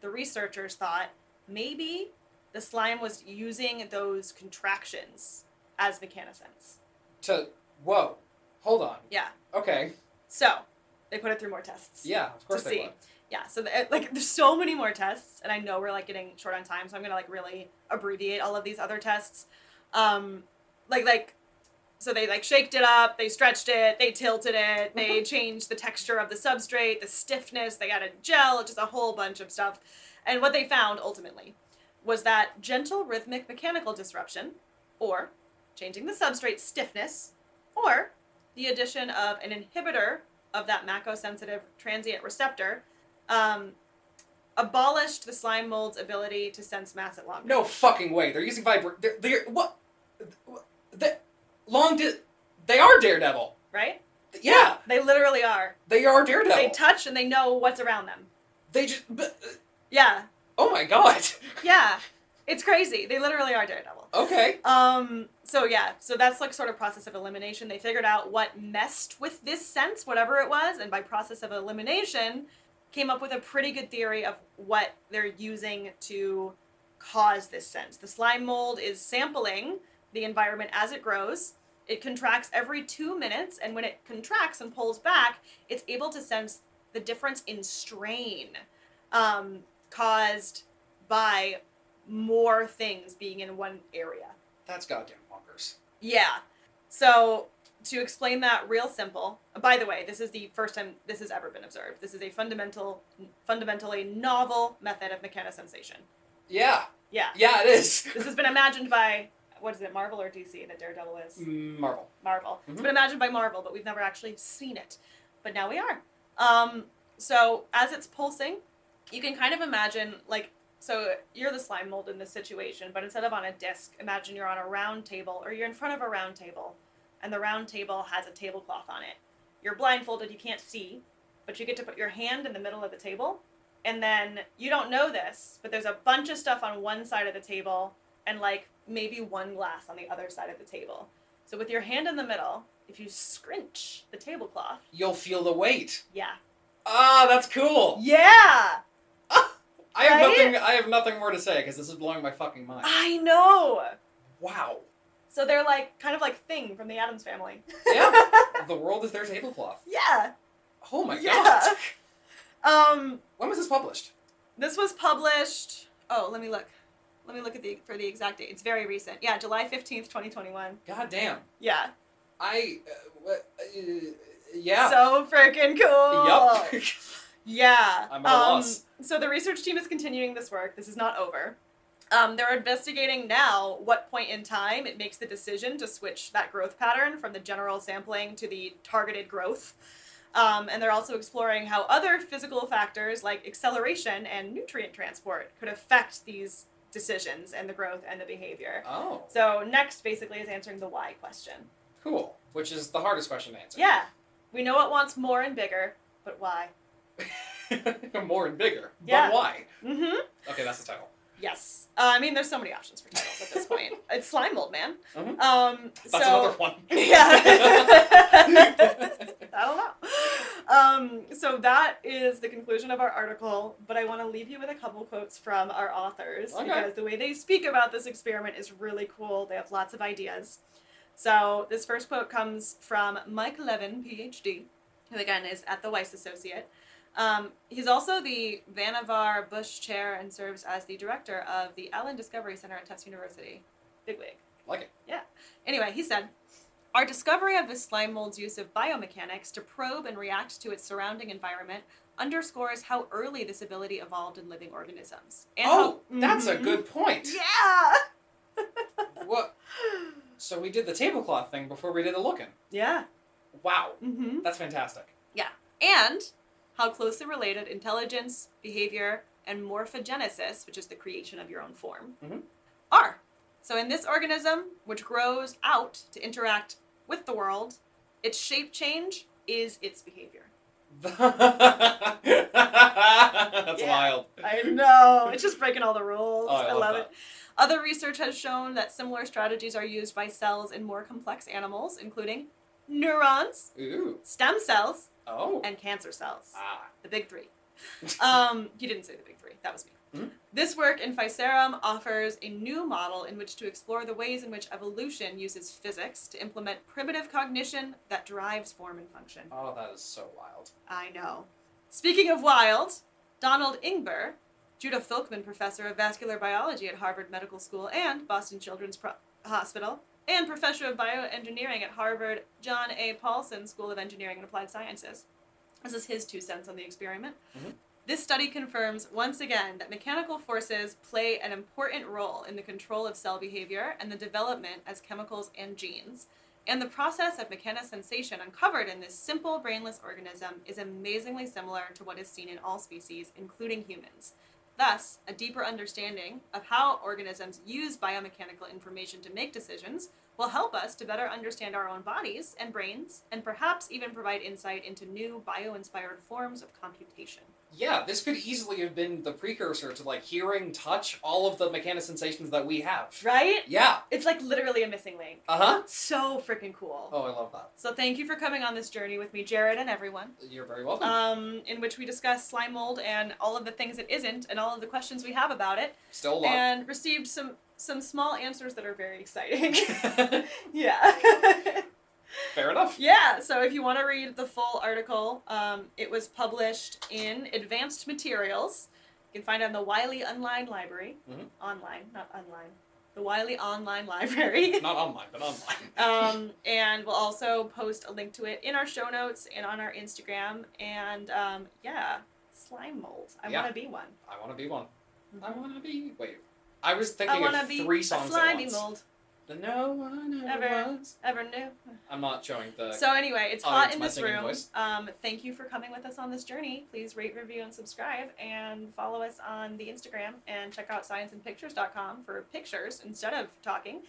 Speaker 1: the researchers thought maybe the slime was using those contractions as mechanosense.
Speaker 2: To whoa, hold on.
Speaker 1: Yeah.
Speaker 2: Okay,
Speaker 1: So, they put it through more tests.
Speaker 2: yeah, of course
Speaker 1: to
Speaker 2: they
Speaker 1: see.
Speaker 2: would.
Speaker 1: Yeah, so the, like there's so many more tests, and I know we're like getting short on time, so I'm gonna like really abbreviate all of these other tests. Um, like like, so they like shaked it up, they stretched it, they tilted it, they changed the texture of the substrate, the stiffness, they added gel, just a whole bunch of stuff. And what they found ultimately was that gentle rhythmic mechanical disruption, or changing the substrate stiffness, or the addition of an inhibitor of that macosensitive transient receptor um, abolished the slime mold's ability to sense mass at long range.
Speaker 2: No fucking way. They're using vibra. They're, they're what? The long di- They are Daredevil.
Speaker 1: Right?
Speaker 2: Yeah,
Speaker 1: They literally are.
Speaker 2: they are Daredevil.
Speaker 1: They touch and they know what's around them.
Speaker 2: they just. But,
Speaker 1: Yeah,
Speaker 2: oh my god.
Speaker 1: yeah. It's crazy. They literally are daredevil.
Speaker 2: Okay.
Speaker 1: Um, so yeah, so that's like sort of process of elimination. They figured out what messed with this sense, whatever it was, and by process of elimination, came up with a pretty good theory of what they're using to cause this sense. The slime mold is sampling the environment as it grows. It contracts every two minutes, and when it contracts and pulls back, it's able to sense the difference in strain um, caused by more things being in one area.
Speaker 2: That's goddamn bonkers.
Speaker 1: Yeah. So to explain that real simple. uh, By the way, this is the first time this has ever been observed. This is a fundamental fundamentally novel method of mechanosensation.
Speaker 2: Yeah.
Speaker 1: Yeah.
Speaker 2: Yeah, it is.
Speaker 1: This has been imagined by what is it, Marvel or DC that Daredevil is?
Speaker 2: Marvel.
Speaker 1: Marvel. It's
Speaker 2: Mhm.
Speaker 1: been imagined by Marvel, but we've never actually seen it. But now we are. Um, so as it's pulsing, you can kind of imagine like so you're the slime mold in this situation, but instead of on a disc, imagine you're on a round table or you're in front of a round table, and the round table has a tablecloth on it. You're blindfolded, you can't see, but you get to put your hand in the middle of the table, and then you don't know this, but there's a bunch of stuff on one side of the table and like maybe one glass on the other side of the table. So with your hand in the middle, if you scrunch the tablecloth,
Speaker 2: You'll feel the weight.
Speaker 1: yeah,
Speaker 2: Ah, that's cool.
Speaker 1: yeah,
Speaker 2: I have
Speaker 1: Right?
Speaker 2: nothing. I have nothing more to say because this is blowing my fucking mind.
Speaker 1: I know.
Speaker 2: Wow.
Speaker 1: So they're like kind of like thing from the Adams family.
Speaker 2: Yeah. the world is their tablecloth.
Speaker 1: Yeah.
Speaker 2: Oh my
Speaker 1: Yeah.
Speaker 2: god.
Speaker 1: Um,
Speaker 2: When was this published?
Speaker 1: this was published. Oh, let me look. Let me look at the for the exact date. It's very recent. Yeah, July fifteenth, twenty twenty one.
Speaker 2: God damn.
Speaker 1: Yeah.
Speaker 2: I. Uh, wh- uh, yeah.
Speaker 1: So um, freaking cool.
Speaker 2: Yup.
Speaker 1: Yeah. Um,
Speaker 2: I'm at a loss.
Speaker 1: So the research team is continuing this work. This is not over. Um, they're investigating now what point in time it makes the decision to switch that growth pattern from the general sampling to the targeted growth. Um, and they're also exploring how other physical factors like acceleration and nutrient transport could affect these decisions and the growth and the behavior.
Speaker 2: oh.
Speaker 1: So, next basically is answering the why question.
Speaker 2: Cool. which is the hardest question to answer.
Speaker 1: Yeah. We know it wants more and bigger, but why?
Speaker 2: More and bigger.
Speaker 1: Yeah.
Speaker 2: But why?
Speaker 1: Mm-hmm.
Speaker 2: Okay, that's the title.
Speaker 1: Yes. Uh, I mean, there's so many options for titles at this point. it's slime mold, man.
Speaker 2: Mhm.
Speaker 1: Um,
Speaker 2: That's
Speaker 1: so
Speaker 2: another one.
Speaker 1: yeah. I don't know. Um, so that is the conclusion of our article, but I want to leave you with a couple quotes from our authors
Speaker 2: Okay.
Speaker 1: because the way they speak about this experiment is really cool. They have lots of ideas. So this first quote comes from Mike Levin, PhD, who again is at the Weiss Associate. Um, he's also the Vannevar Bush Chair and serves as the director of the Allen Discovery Center at Tufts University. Bigwig.
Speaker 2: like it.
Speaker 1: Anyway, he said, Our discovery of this slime mold's use of biomechanics to probe and react to its surrounding environment underscores how early this ability evolved in living organisms. And
Speaker 2: oh,
Speaker 1: how-
Speaker 2: that's a
Speaker 1: Mhm.
Speaker 2: good point.
Speaker 1: Yeah!
Speaker 2: What? So we did the tablecloth thing before we did the looking.
Speaker 1: Yeah.
Speaker 2: Wow,
Speaker 1: hmm
Speaker 2: that's fantastic.
Speaker 1: And how closely related intelligence, behavior, and morphogenesis, which is the creation of your own form,
Speaker 2: Mhm.
Speaker 1: are. So in this organism, which grows out to interact with the world, its shape change is its behavior.
Speaker 2: that's
Speaker 1: Yeah.
Speaker 2: wild.
Speaker 1: I know. It's just breaking all the rules.
Speaker 2: Oh, I
Speaker 1: I,
Speaker 2: love
Speaker 1: love
Speaker 2: that.
Speaker 1: it. Other research has shown that similar strategies are used by cells in more complex animals, including neurons,
Speaker 2: Ooh.
Speaker 1: stem cells,
Speaker 2: Oh.
Speaker 1: and cancer cells.
Speaker 2: Ah.
Speaker 1: The big three. Um, you didn't say the big three. That was me.
Speaker 2: Hmm?
Speaker 1: This work in Physerum offers a new model in which to explore the ways in which evolution uses physics to implement primitive cognition that drives form and function.
Speaker 2: Oh, that is so wild.
Speaker 1: I know. Speaking of wild, Donald Ingber, Judah Filkman professor of vascular biology at Harvard Medical School and Boston Children's Pro- Hospital, and professor of bioengineering at Harvard John A. Paulson School of Engineering and Applied Sciences. This is his two cents on the experiment.
Speaker 2: Mhm.
Speaker 1: This study confirms once again that mechanical forces play an important role in the control of cell behavior and the development as chemicals and genes. And the process of mechanosensation uncovered in this simple brainless organism is amazingly similar to what is seen in all species, including humans. Thus, a deeper understanding of how organisms use biomechanical information to make decisions will help us to better understand our own bodies and brains, and perhaps even provide insight into new bio inspired forms of computation.
Speaker 2: Yeah, this could easily have been the precursor to like hearing, touch, all of the mechanosensations that we have.
Speaker 1: Right?
Speaker 2: Yeah.
Speaker 1: It's like literally a missing link.
Speaker 2: Uh huh.
Speaker 1: So freaking cool.
Speaker 2: Oh, I love that.
Speaker 1: So, thank you for coming on this journey with me, Jared, and everyone.
Speaker 2: You're very welcome.
Speaker 1: um, in which we discuss slime mold and all of the things it isn't and all of the questions we have about it
Speaker 2: Still a lot.
Speaker 1: and received some some small answers that are very exciting yeah
Speaker 2: Fair enough.
Speaker 1: yeah so if you want to read the full article um, it was published in advanced materials you can find it on the wiley online library
Speaker 2: Mhm.
Speaker 1: online not online the wiley online library
Speaker 2: Not online, but online.
Speaker 1: um, and we'll also post a link to it in our show notes and on our Instagram. And um, yeah, slime mold. I
Speaker 2: Yeah.
Speaker 1: want to be one.
Speaker 2: I want to be one. I
Speaker 1: I
Speaker 2: want to be. Wait. I was thinking
Speaker 1: want to
Speaker 2: of
Speaker 1: be
Speaker 2: three
Speaker 1: a
Speaker 2: songs
Speaker 1: slimy
Speaker 2: at once.
Speaker 1: mold.
Speaker 2: The no one ever
Speaker 1: Ever.
Speaker 2: was.
Speaker 1: Ever knew.
Speaker 2: I'm not showing the.
Speaker 1: So anyway, it's
Speaker 2: Oh,
Speaker 1: hot
Speaker 2: it's
Speaker 1: in
Speaker 2: my
Speaker 1: this
Speaker 2: singing
Speaker 1: room.
Speaker 2: voice.
Speaker 1: Um, thank you for coming with us on this journey. Please rate, review, and subscribe, and follow us on the Instagram and check out scienceandpictures.com for pictures instead of talking.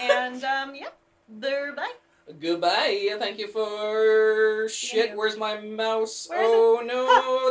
Speaker 1: and um, yeah, there. Bye.
Speaker 2: Goodbye. Thank you for shit.
Speaker 1: you.
Speaker 2: Where's my mouse?
Speaker 1: Where is it?
Speaker 2: oh no.